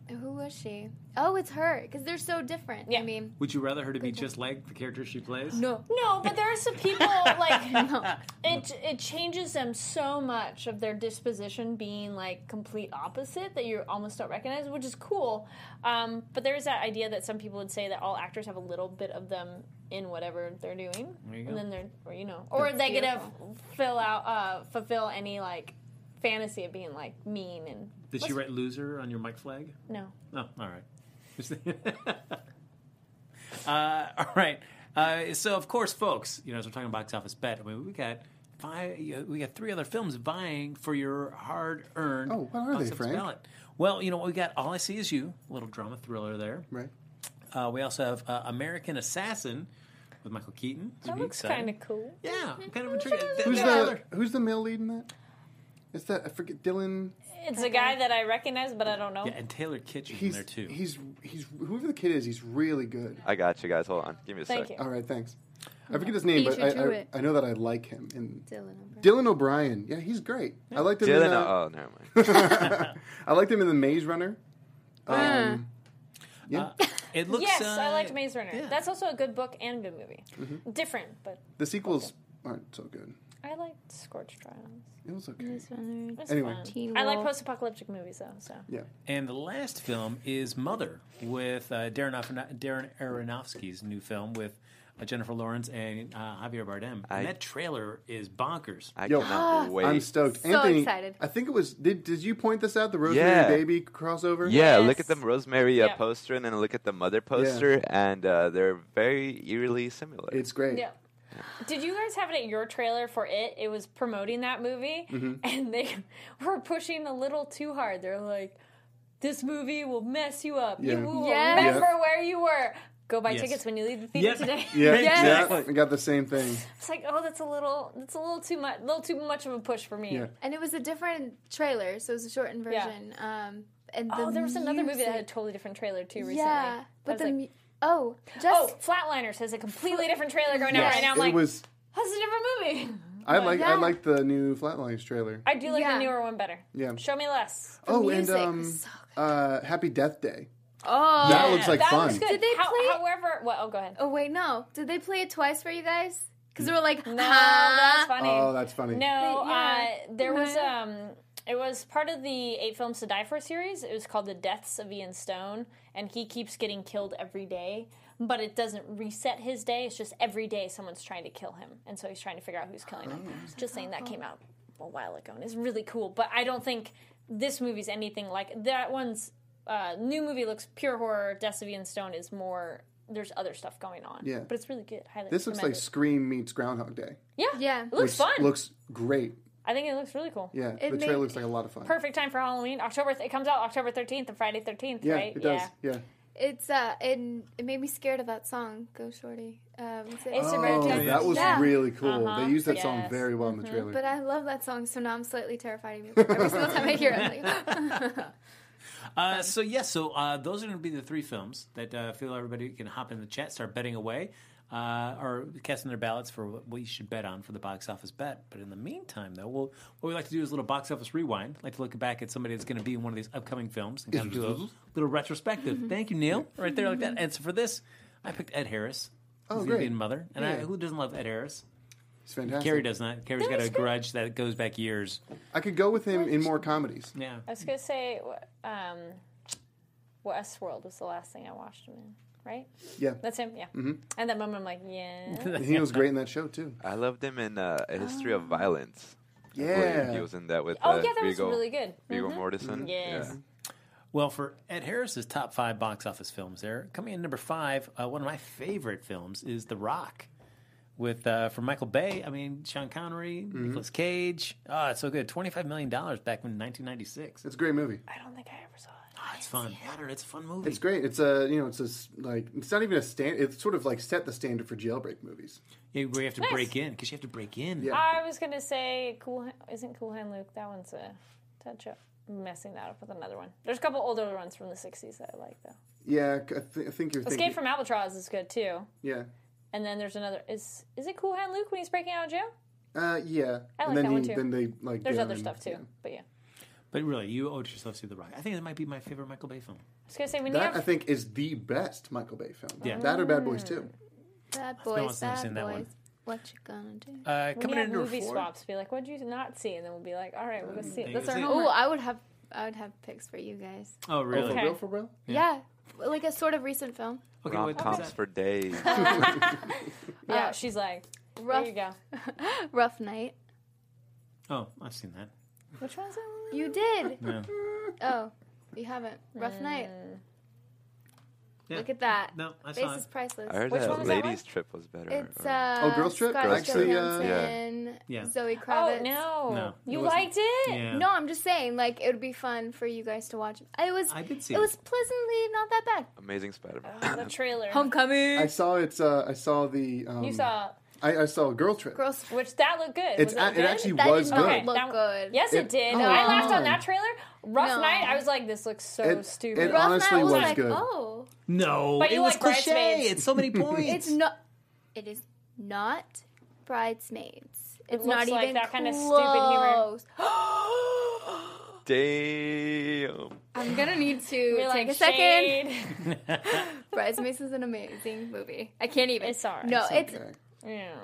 S4: who was she? Oh, it's her because they're so different.
S3: Yeah.
S4: I mean,
S1: Would you rather her to be just like the character she plays?
S4: no,
S3: No, but there are some people, like,
S4: no.
S3: It it changes them so much of their disposition being like complete opposite that you almost don't recognize, which is cool. Um, but there's that idea that some people would say that all actors have a little bit of them in whatever they're doing,
S1: There you go.
S3: and then they're or you know, or they get to fill out uh, fulfill any like fantasy of being like mean and
S1: Did she write "loser" on your mic flag?
S3: no.
S1: Oh, all right. Just- uh, all right. Uh, so, of course, folks, you know, as we're talking box office bet, I mean, we got five, we got three other films vying for your hard-earned.
S5: Oh, what are
S1: box
S5: they,
S1: office
S5: Frank?
S1: ballot. Well, you know, we got "All I See Is You," a little drama thriller there.
S5: Right.
S1: Uh, we also have uh, "American Assassin" with Michael Keaton. Should
S3: That
S1: be
S3: looks
S1: exciting.
S3: kind of cool.
S1: Yeah, I'm kind of intrigued. Th-
S5: Who's
S1: that
S5: the
S1: other-
S5: who's the male lead in that? It's that I forget Dylan.
S3: It's a guy that I recognize, but I don't know.
S1: Yeah, and Taylor Kitsch is in
S5: He's
S1: there too.
S5: he's he's whoever the kid is. He's really good.
S6: I got you guys. Hold on. Give me a
S3: Thank
S6: sec.
S3: you.
S5: All right, thanks. I forget his name,
S4: You
S5: but
S4: should do
S5: I, I,
S4: it.
S5: I know that I like him. And
S4: Dylan O'Brien.
S5: Dylan O'Brien, yeah, he's great. I liked him.
S6: Dylan.
S5: in, uh,
S6: Oh, never mind.
S3: Uh.
S4: Uh.
S5: I liked him in the Maze Runner. Um, yeah.
S1: Uh, It looks.
S3: yes,
S1: uh,
S3: I liked Maze Runner.
S1: yeah.
S3: That's also a good book and good movie.
S5: Mm-hmm.
S3: Different, but
S5: The sequels aren't so good.
S3: I liked Scorch Trials.
S5: It was okay.
S3: It was
S5: Anyway.
S3: fun.
S4: Teen
S3: I like
S4: Wolf.
S3: post-apocalyptic movies though. So
S5: Yeah.
S1: And the last film is Mother with uh, Darren, Aron- Darren Aronofsky's new film with uh, Jennifer Lawrence and uh, Javier Bardem.
S6: I-
S1: and that trailer is bonkers.
S6: I
S5: Yo.
S3: Ah,
S6: cannot wait.
S5: I'm stoked.
S4: So
S5: Anthony,
S4: excited.
S5: I think it was. Did Did you point this out? The Rosemary
S6: Yeah.
S5: Baby crossover.
S6: Yeah,
S3: Yes.
S6: look at the Rosemary uh,
S3: Yeah.
S6: poster and then look at the Mother poster, and uh, they're very eerily similar.
S5: It's great.
S3: yeah. Did you guys have it at your trailer for it? It was promoting that movie,
S5: Mm-hmm.
S3: and they were pushing a little too hard. They're like, "This movie will mess you up.
S5: Yeah.
S3: You will
S4: Yes.
S3: remember where you were. Go buy
S1: Yes.
S3: tickets when you leave the theater
S1: Yep.
S3: today."
S5: Yeah,
S1: Yes.
S5: yeah, I got the same thing.
S3: It's like, oh, that's a little, that's a little too much, little too much of a push for me.
S5: Yeah.
S4: And it was a different trailer, so it was a shortened
S3: Yeah.
S4: version. Um, and
S3: Oh,
S4: the
S3: there was another movie that
S4: music-
S3: had a totally different trailer too recently.
S4: Yeah,
S3: I
S4: but
S3: was
S4: the
S3: like,
S4: mu-
S3: oh,
S4: oh, just
S3: Flatliners has a completely different trailer going out
S5: Yes.
S3: right now. I'm
S5: it
S3: like,
S5: was.
S3: that's a different movie.
S5: I like. I
S4: Yeah.
S5: like the new Flatlines trailer.
S3: I do like
S4: Yeah.
S3: the newer one better.
S5: Yeah.
S3: Show me less.
S5: oh,
S4: music
S5: and um,
S4: was so
S5: uh, Happy Death Day.
S4: oh.
S5: That looks like
S3: that
S5: fun.
S3: was good.
S4: Did they
S3: How-
S4: play-
S3: However, well, oh, go
S5: Uh-huh.
S3: ahead.
S4: Oh wait, no. Did they play it twice for you guys? Because they were like,
S3: No,
S4: "Huh?"
S3: that's funny.
S5: Oh, that's funny.
S3: No,
S4: But, yeah.
S3: uh, there was
S4: No.
S3: um, it was part of the Eight Films to Die For series. It was called The Deaths of Ian Stone, and he keeps getting killed every day, but it doesn't reset his day. It's just every day someone's trying to kill him, and so he's trying to figure out who's killing him.
S5: Oh,
S3: just saying that came out a while ago, and it's really cool. But I don't think this movie's anything like that one's. Uh, new movie looks pure horror. Deaths of Ian Stone is more. There's other stuff going on.
S5: Yeah.
S3: but it's really good. Highly
S5: This looks like
S3: recommend it.
S5: Scream meets Groundhog Day.
S3: yeah,
S4: Yeah.
S3: It looks
S5: which
S3: fun.
S5: Looks great.
S3: I think it looks really cool.
S5: Yeah,
S4: It
S5: the
S4: made-
S5: trailer looks like a lot of fun.
S3: perfect time for Halloween. October th- it comes out October thirteenth and Friday thirteenth,
S5: Yeah,
S3: right?
S5: it does. Yeah.
S4: It's uh, it, it made me scared of that song. Go shorty. Uh, what's it?
S3: It's a very
S5: Oh,
S3: good-
S5: that was
S4: Yeah.
S5: really cool.
S3: Uh-huh,
S5: They used that song
S3: yes.
S5: very well in the trailer.
S4: But I love that song, so now I'm slightly terrified of it. Every single time I hear it, I'm like,
S1: Uh, so yes, so uh, those are going to be the three films that uh, I feel everybody can hop in the chat, start betting away, uh, or casting their ballots for what what you should bet on for the box office bet. But in the meantime, though, we'll, what we like to do is a little box office rewind. like to look back at somebody that's going to be in one of these upcoming films and kind of do a little retrospective. Thank you, Neil, right there like that. And so for this, I picked Ed Harris.
S5: Oh,
S1: who's gonna
S5: great.
S1: be in Mother, and I,
S5: Yeah.
S1: who doesn't love Ed Harris?
S5: It's fantastic.
S1: Carrie does not. Carrie's got a
S3: was good.
S1: grudge that goes back years.
S5: I could go with him in more comedies.
S1: Yeah.
S3: I was gonna say wh- um, Westworld was the last thing I watched him in, right?
S5: Yeah.
S3: That's him, yeah.
S5: Mm-hmm.
S3: And that moment, I'm like, yeah.
S5: And he was great in that show too.
S6: I loved him in uh, A History of Violence.
S5: Yeah.
S6: He was in that with uh,
S3: Oh yeah, that was
S6: Viggo,
S3: really good. Mm-hmm.
S6: Viggo Mortensen.
S3: Yes.
S1: Well, for Ed Harris's top five box office films, there coming in number five, uh, one of my favorite films is The Rock, with uh, from Michael Bay. I mean, Sean Connery,
S5: Mm-hmm.
S1: Nicolas Cage. Oh, it's so good. Twenty five million dollars back in nineteen ninety six.
S5: It's a great movie.
S3: I don't think I ever saw it.
S1: Oh, it's fun. Water. It's a fun movie.
S5: It's great. It's a you know it's a s- like it's not even a stand. It's sort of like set the standard for jailbreak movies.
S1: yeah, where you have to break in because you have to break in.
S5: Yeah.
S3: I was gonna say Cool Han- isn't Cool Hand Luke. That one's a touch up. I'm messing that up with another one. There's a couple older ones from the '60s that I like though.
S5: Yeah, I, th- I think you're thinking.
S3: Escape from Albatross is good too.
S5: yeah,
S3: And then there's another. Is is it Cool Hand Luke when he's breaking out of jail?
S5: uh, yeah.
S3: I like
S5: and then
S3: that
S5: he,
S3: one, too.
S5: Then they like.
S3: There's
S5: go
S3: other
S5: and-
S3: stuff too,
S5: yeah.
S3: but yeah.
S1: But really, you owed yourself to The Rock. I think that might be my favorite Michael Bay film.
S3: I was gonna say when you
S5: That
S3: have
S5: I think is the best Michael Bay film.
S1: Yeah. Mm.
S5: That or Bad Boys too.
S4: bad
S1: been a while
S4: boys,
S1: since I've seen
S4: bad
S1: that one.
S4: boys. What you gonna do?
S1: Uh,
S3: when
S1: coming
S3: you
S1: in
S3: have
S1: at number
S3: movie
S1: four.
S3: swaps, be like, "What'd you not see?" And then we'll be like, "All right, we'll go see it."
S1: Mm, you
S3: That's our
S1: see it.
S3: homework.
S4: Oh, I would have, I would have picks for you guys.
S1: Oh, really?
S5: For
S1: Okay,
S5: real, for real.
S4: Yeah, like a sort of recent film.
S1: what
S6: Rom coms
S1: is that?
S6: for days.
S3: Yeah, she's like, "There
S4: Rough.
S3: you go."
S4: Rough night.
S1: Oh, I've seen that.
S3: Which one's that? one?
S4: You did.
S1: No.
S4: Oh, you haven't.
S3: Uh,
S4: Rough night.
S1: Yeah.
S4: Look at that.
S1: No, I saw
S4: Face is
S1: it.
S4: priceless.
S6: I heard
S3: Which one
S6: that
S3: was that one?
S6: Ladies Trip was better.
S4: It's
S6: or-
S4: uh,
S5: Oh, Girls Trip?
S4: Scott
S5: Girls Trip.
S4: Johansson,
S1: Yeah.
S4: Zoe
S3: Oh
S4: Kravitz.
S3: no,
S1: No, it
S3: you
S1: wasn't.
S3: liked it.
S1: Yeah.
S4: No, I'm just saying, like it would be fun for you guys to watch. It was.
S1: I did see
S4: It
S1: it.
S4: was pleasantly not that bad.
S6: Amazing Spider-Man.
S3: Oh, the trailer.
S4: Homecoming.
S5: I saw it's. Uh, I saw the. Um,
S3: you saw,
S5: I, I saw Girl Trip.
S4: Girls.
S3: which that looked good.
S5: It's
S3: Was
S5: a- it
S3: good?
S5: actually
S4: That
S5: was
S4: did not
S5: good.
S4: look
S3: That-
S4: good. Oh,
S3: Yes, it did.
S5: No.
S3: I laughed on
S5: No.
S3: that trailer. Rough
S4: No.
S3: night. I was like, "This looks so
S5: It-
S3: stupid."
S5: it
S4: Rough
S5: honestly
S4: Night was
S5: was
S4: like,
S5: good.
S4: oh,
S1: No,
S3: But
S1: it
S3: you
S1: was
S3: like
S1: cliche.
S3: Bridesmaids.
S1: It's so many points.
S4: it's not. It is not bridesmaids. It's
S3: looks
S4: not
S3: like
S4: even
S3: that
S4: kind
S3: kinda
S4: of
S3: stupid humor.
S4: stupid humor.
S6: Damn.
S4: I'm gonna need to
S3: You're like,
S4: take a second.
S3: "Shade."
S4: Bridesmaids is an amazing movie. I can't even.
S3: Oh, It's all right.
S4: No, it's
S5: Okay.
S3: Yeah.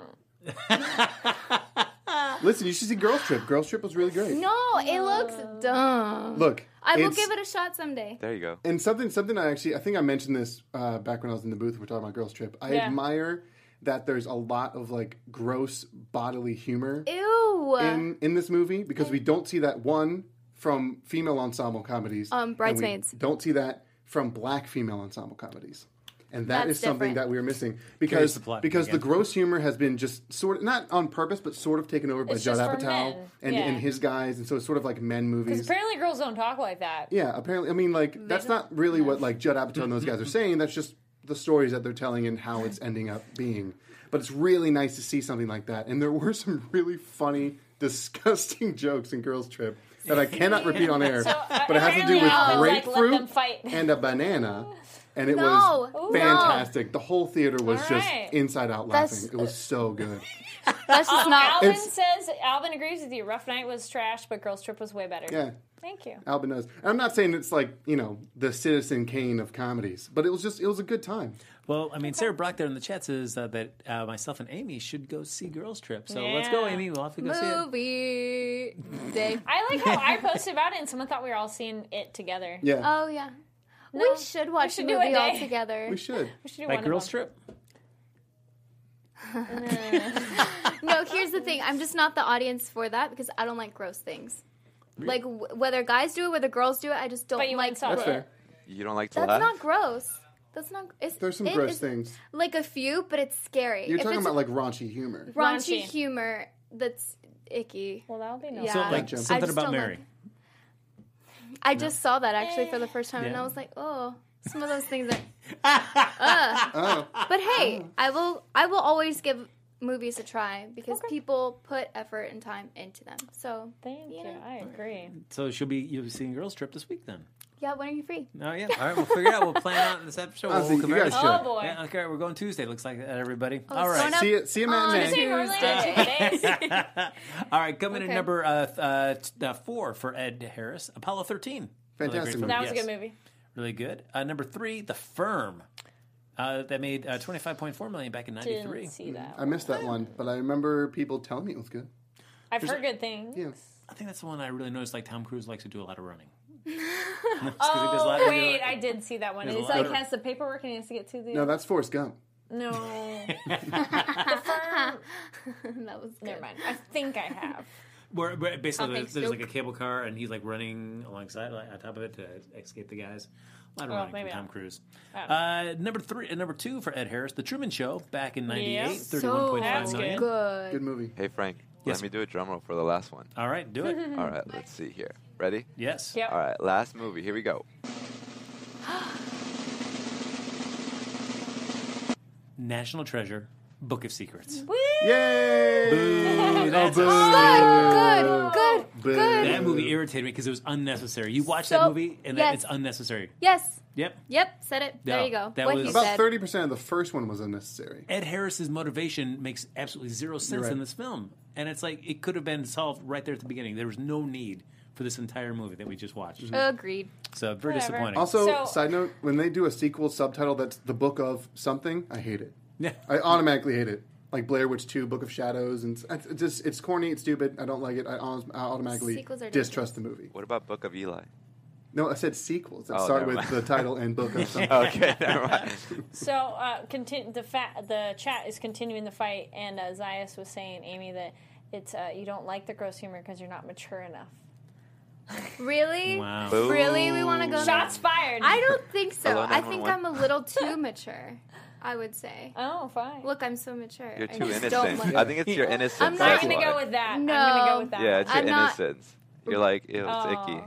S5: Listen, you should see Girls Trip. Girls Trip was really great.
S4: no, it looks dumb.
S5: Look,
S4: I will
S5: it's-
S4: give it a shot someday.
S6: There you go.
S5: and something something I actually I think I mentioned this uh, back when I was in the booth. We're talking about Girls Trip. I
S3: Yeah.
S5: admire that there's a lot of like gross bodily humor
S4: Ew.
S5: in in this movie because
S3: Mm.
S5: we don't see that one from female ensemble comedies.
S4: Um,
S5: and we
S4: Bridesmaids.
S5: don't see that from black female ensemble comedies. And that
S4: That's
S5: is something
S4: different.
S5: that we are missing
S1: Here's
S5: because
S1: the plot
S5: because the
S1: again.
S5: gross humor has been just sort of not on purpose but sort of taken over by
S3: It's
S5: Judd
S3: just for
S5: Apatow
S3: men.
S5: and,
S3: Yeah.
S5: and his guys and so it's sort of like men movies.
S3: Because apparently girls don't talk like that.
S5: Yeah, apparently. I mean, like that's not really what like Judd Apatow and those guys are saying. That's just the stories that they're telling and how it's ending up being. But it's really nice to see something like that. And there were some really funny, disgusting jokes in Girls Trip that I cannot repeat on air. but it has to
S3: uh,
S5: do
S3: apparently
S5: with
S3: I was like, let
S5: grapefruit
S3: them fight.
S5: and a banana. And it
S4: No.
S5: was
S4: Ooh.
S5: fantastic. The whole theater was
S3: All
S5: just
S3: right.
S5: inside out
S4: That's-
S5: laughing. It was so good.
S4: That's
S3: Oh,
S4: just not.
S3: Alvin
S5: It's-
S3: says Alvin agrees with you. Rough night was trash, but girls trip was way better.
S5: Yeah.
S3: Thank you.
S5: Albin knows. And I'm not saying it's like, you know, the Citizen Kane of comedies, but it was just, it was a good time.
S1: Well, I mean, Sarah Brock there in the chat says uh, that uh, myself and Amy should go see Girls Trip. So let's go,
S3: Yeah.
S1: Amy. We'll have to go see it.
S4: movie day.
S3: I like how I posted about it and someone thought we were all seeing it together.
S5: Yeah.
S4: Oh yeah.
S3: No,
S4: we should watch
S3: should
S4: the
S3: do a
S4: movie all
S3: day.
S4: together.
S5: We should.
S3: We should do
S1: Like
S3: one
S1: Girls
S3: of them.
S1: Trip.
S4: no, here's the thing. I'm just not the audience for that because I don't like gross things. Like w- whether guys do it, whether girls do it, I just don't
S3: But you
S4: like.
S3: went saw
S5: That's
S3: it.
S5: fair.
S6: You don't like to
S4: That's
S6: laugh?
S4: not gross. That's not. It's,
S5: There's some
S4: it
S5: gross
S4: is
S5: things.
S4: Like a few, but it's scary.
S5: You're
S4: If
S5: talking
S4: it's
S5: about like raunchy humor.
S4: raunchy
S3: Raunchy.
S4: humor that's icky.
S3: Well, that would be nice.
S4: Yeah.
S1: So, like,
S5: Gotcha.
S4: I
S1: something
S4: just
S1: about
S4: don't
S1: Mary.
S4: like- I just saw that actually
S3: Eh.
S4: for the first time, and
S1: Yeah.
S4: I was like, oh, some of those things are.
S5: Oh,
S4: Ugh. But
S3: Oh.
S4: hey, I will. I will always give movies a try because people put effort and time into them. So
S3: Thank you. I agree.
S1: So she'll be you'll be seeing Girls Trip this week then.
S4: yeah, when are you free?
S1: Oh yeah. All right, we'll figure it out. We'll plan out in this episode. We'll-
S5: Honestly,
S1: we'll
S5: you
S1: compare
S5: guys
S1: it.
S5: should.
S3: Oh boy.
S1: Yeah, okay, we're going Tuesday. Looks like that, everybody.
S4: Oh,
S1: All
S4: it's
S1: right.
S4: going up
S5: See you, see you,
S4: on
S5: matinee.
S3: Tuesday normally is Tuesdays.
S1: All right, coming in
S4: Okay.
S1: at number uh, th- uh, t- uh, four for Ed Harris, Apollo 13. Really great
S5: Fantastic movie.
S3: That was a
S1: Yes.
S3: good movie.
S1: Really good. Uh, number three, The Firm. Uh, that made uh, 25.4 million back in 93.
S3: Didn't see that.
S1: Mm-hmm.
S5: I missed that one, but I remember people telling me it was good.
S3: I've heard good things.
S5: Yeah.
S1: I think that's the one I really noticed. Like Tom Cruise likes to do a lot of running.
S3: Oh wait, I did see that one.
S1: There's a
S3: He's
S1: lot
S3: like
S1: of-
S3: has the paperwork and he has to get to the
S5: No, that's Forrest Gump.
S3: no. the firm.
S4: that was good.
S3: Never mind. I think I have.
S1: Where, where basically,
S4: thanks,
S1: there's, there's like a
S4: Duke.
S1: cable car, and he's like running alongside, like, on top of it to escape the guys. A lot of running
S3: maybe
S1: from Tom
S3: not. Oh.
S1: Cruise. Uh, number three, uh, number two for Ed Harris, The Truman Show, back in '98,
S3: Yeah. So
S1: 31.5
S3: That's
S1: million.
S4: Good.
S5: Good movie.
S6: Hey, Frank,
S1: Yes.
S6: let me do a drum roll for the last one.
S1: All right, do
S3: Mm-hmm.
S1: it.
S6: All right, let's see here. Ready?
S1: yes.
S3: Yep.
S6: All right, last movie. Here we go.
S1: National Treasure, Book of Secrets.
S3: Woo!
S5: Yay!
S1: Ooh, that's a-
S4: Good. Good.
S5: Boo.
S4: Good.
S1: that movie irritated me because it was unnecessary. You watch
S4: So-
S1: that movie, and that,
S4: yes.
S1: it's unnecessary.
S4: Yes.
S1: Yep.
S4: Yep. Said it. There
S1: No,
S4: you go.
S1: that
S4: what
S1: was-
S4: you
S5: About
S4: said.
S5: thirty percent of the first one was unnecessary.
S1: Ed Harris's motivation makes absolutely zero sense
S5: right.
S1: in this film. And it's like it could have been solved right there at the beginning. There was no need for this entire movie that we just watched.
S5: Mm-hmm.
S4: Agreed.
S1: So very
S3: Whatever.
S1: disappointing.
S5: Also,
S3: So-
S5: side note: when they do a sequel subtitle that's the book of something, I hate it.
S1: Yeah.
S5: I automatically hate it. Like Blair Witch Two, Book of Shadows, and it's- it's just it's corny, it's stupid. I don't like it. I, almost- I automatically
S4: Sequels are
S5: distrust the movie.
S6: What about Book of Eli?
S5: No, I said sequels. That
S6: Oh,
S5: start
S6: never
S5: with
S6: mind.
S5: the title and book of something.
S6: Okay, never mind.
S3: So uh, conti- the fa- the chat is continuing the fight, and uh, Zayas was saying Amy that it's uh, you don't like the gross humor because you're not mature enough.
S4: Really?
S1: wow.
S6: Boo.
S4: Really? We want to go. there?
S3: Shots fired.
S4: I don't think so.
S6: Hello,
S4: I think I'm
S6: 911.
S4: a little too mature. I would say.
S3: Oh, fine.
S4: Look, I'm so mature.
S6: You're
S4: I
S6: too
S4: just don't
S6: innocent.
S4: like-
S6: I think it's your innocence.
S4: I'm not
S3: I'm
S6: that's
S3: gonna
S6: why.
S3: go with that.
S4: No.
S3: I'm gonna go with that. Uh,
S6: Yeah, it's your
S4: I'm not-
S6: innocence. You're like, ew, it's icky.
S3: Oh.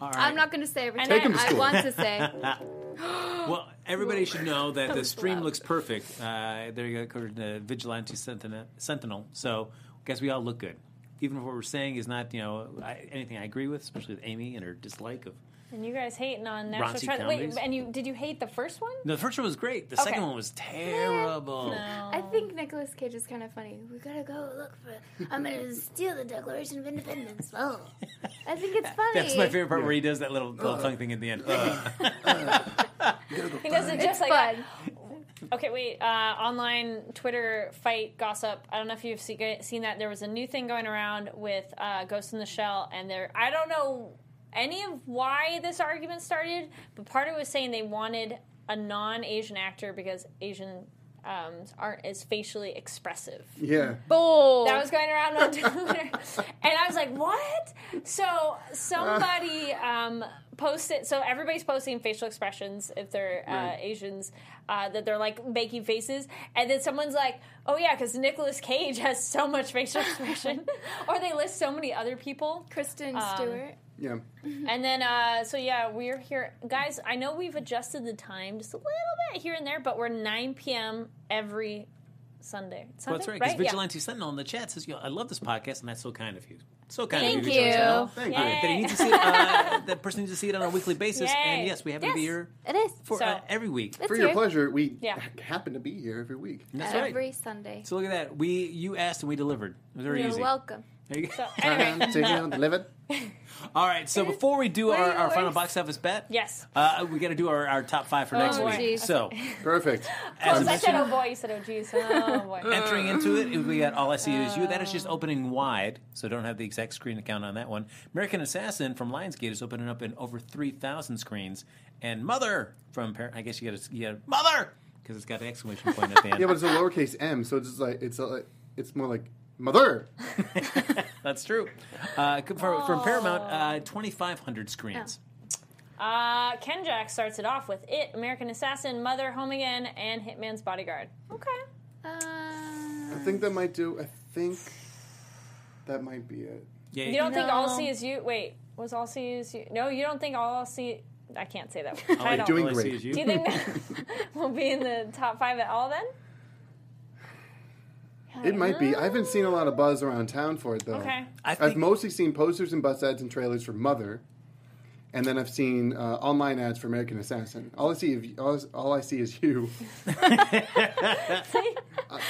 S1: All right.
S4: I'm not going to say everything
S3: Take 'em to
S4: I
S5: school.
S4: want to say.
S1: well, everybody should know that the
S4: was
S1: stream
S4: loud.
S1: looks perfect. Uh, there you go, according to Vigilante Sentinel. Sentinel. So, guess we all look good. Even if what we're saying is not, you know, I, anything I agree with, especially with Amy and her dislike of.
S3: And you guys hating on National
S1: Raunchy
S3: Treasure. Wait,
S1: comedies.
S3: and you did you hate the first one?
S1: No, the first one was great. The
S3: Okay.
S6: Oh.
S1: second one was terrible.
S3: No.
S4: I think Nicolas Cage is kind of funny. We gotta go look for. I'm gonna steal the Declaration of Independence. Oh, I think it's funny.
S1: That's my favorite part where he does that little, little tongue thing at the end. Uh,
S3: He does it just
S4: It's
S3: like that.
S4: fun.
S3: Okay, wait. Uh, online Twitter fight gossip. I don't know if you've see, seen that. There was a new thing going around with uh, Ghost in the Shell, and there. I don't know any of why this argument started, but part of it was saying they wanted a non-Asian actor because Asian um, aren't as facially expressive.
S5: Yeah.
S1: Oh.
S4: Bull.
S3: That was going around on Twitter, and I was like, "What?" So somebody um, posted. So everybody's posting facial expressions if they're uh, Asians uh, that they're like making faces, and then someone's like, "Oh yeah, because Nicolas Cage has so much facial expression," or they list so many other people.
S4: Kristen Stewart.
S5: Yeah.
S3: And then, uh, so yeah, we're here, guys. I know we've adjusted the time just a little bit here and there, but we're 9 p.m. every Sunday.
S1: well,
S3: Sunday
S1: that's right, because
S3: Yeah.
S1: Vigilante Sentinel in the chat says, Yo, I love this podcast, and that's so kind of you. So kind
S4: Thank
S1: of you, Vigilante Sentinel.
S4: you.
S5: Thank
S1: Uh,
S5: you.
S1: That, he needs to see it, uh, that person needs to see it on a weekly basis,
S3: Yay.
S1: and yes, we happen to be
S3: Yes.
S1: here
S4: It is.
S1: for
S3: So-
S1: uh, every week.
S4: It's
S5: For your
S4: you.
S5: pleasure, we
S3: Yeah.
S5: ha- happen to be here every week.
S1: That's right.
S4: Every Sunday.
S1: So look at that. We you asked and we delivered. It was very
S4: You're
S1: easy.
S4: welcome.
S1: There you go.
S3: So anyway,
S5: Sit down, delivered.
S1: All right. So before we do our, our final
S4: worse?
S1: box office bet,
S3: Yes.
S1: uh, we got to do our, our top five for next
S4: Oh,
S1: week.
S4: geez.
S1: So
S5: Perfect.
S1: as I
S3: I said,
S1: mentioned,
S3: oh boy, you said, oh geez, oh boy.
S1: entering into it, we got all I see is you. That is just opening wide. So don't have the exact screen account on that one. American Assassin from Lionsgate is opening up in over three thousand screens, and Mother from Par- I guess you got to you gotta, Mother because it's got an exclamation point at the end.
S5: Yeah, but it's a lowercase m, so it's just like it's like it's more like mother.
S1: That's true. Uh, c- for, From Paramount, uh, twenty five hundred screens.
S3: Uh, Ken Jack starts it off with it, American Assassin, Mother, Home Again, and Hitman's Bodyguard. Okay.
S5: I
S4: Um,
S5: think that might do. I think that might be it.
S1: Yeah,
S3: You don't think
S4: No.
S3: all see is you? Wait, was all see is you? No, you don't think all see? I can't say that. word.
S1: All I
S3: Title.
S5: doing
S1: all I see
S5: great.
S1: is you.
S3: Do you think that we'll be in the top five at all then?
S5: It might be. I haven't seen a lot of buzz around town for it though.
S1: I
S3: Okay.
S5: I've
S1: think-
S5: mostly seen posters and bus ads and trailers for Mother, and then I've seen uh, online ads for American Assassin. All I see, of, all, all I see is you. I,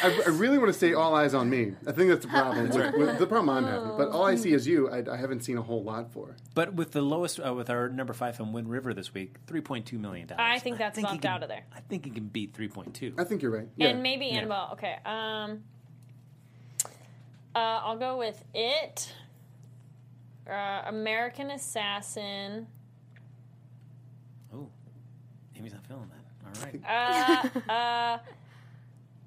S5: I really want to say all eyes on me. I think that's Oh. the problem. with- with the problem I'm having, but all I see is you. I, I haven't seen a whole lot for.
S1: But with the lowest, uh, with our number five from Wind River this week, three point two million dollars.
S3: I think that's
S1: he
S3: bumped
S1: can-
S3: out of there.
S1: I think it can beat three point two.
S5: I think you're right. Yeah.
S3: And maybe Annabelle. Okay. Um, uh, I'll go with it. Uh, American Assassin.
S1: Oh, Amy's not feeling that. All right.
S3: Uh,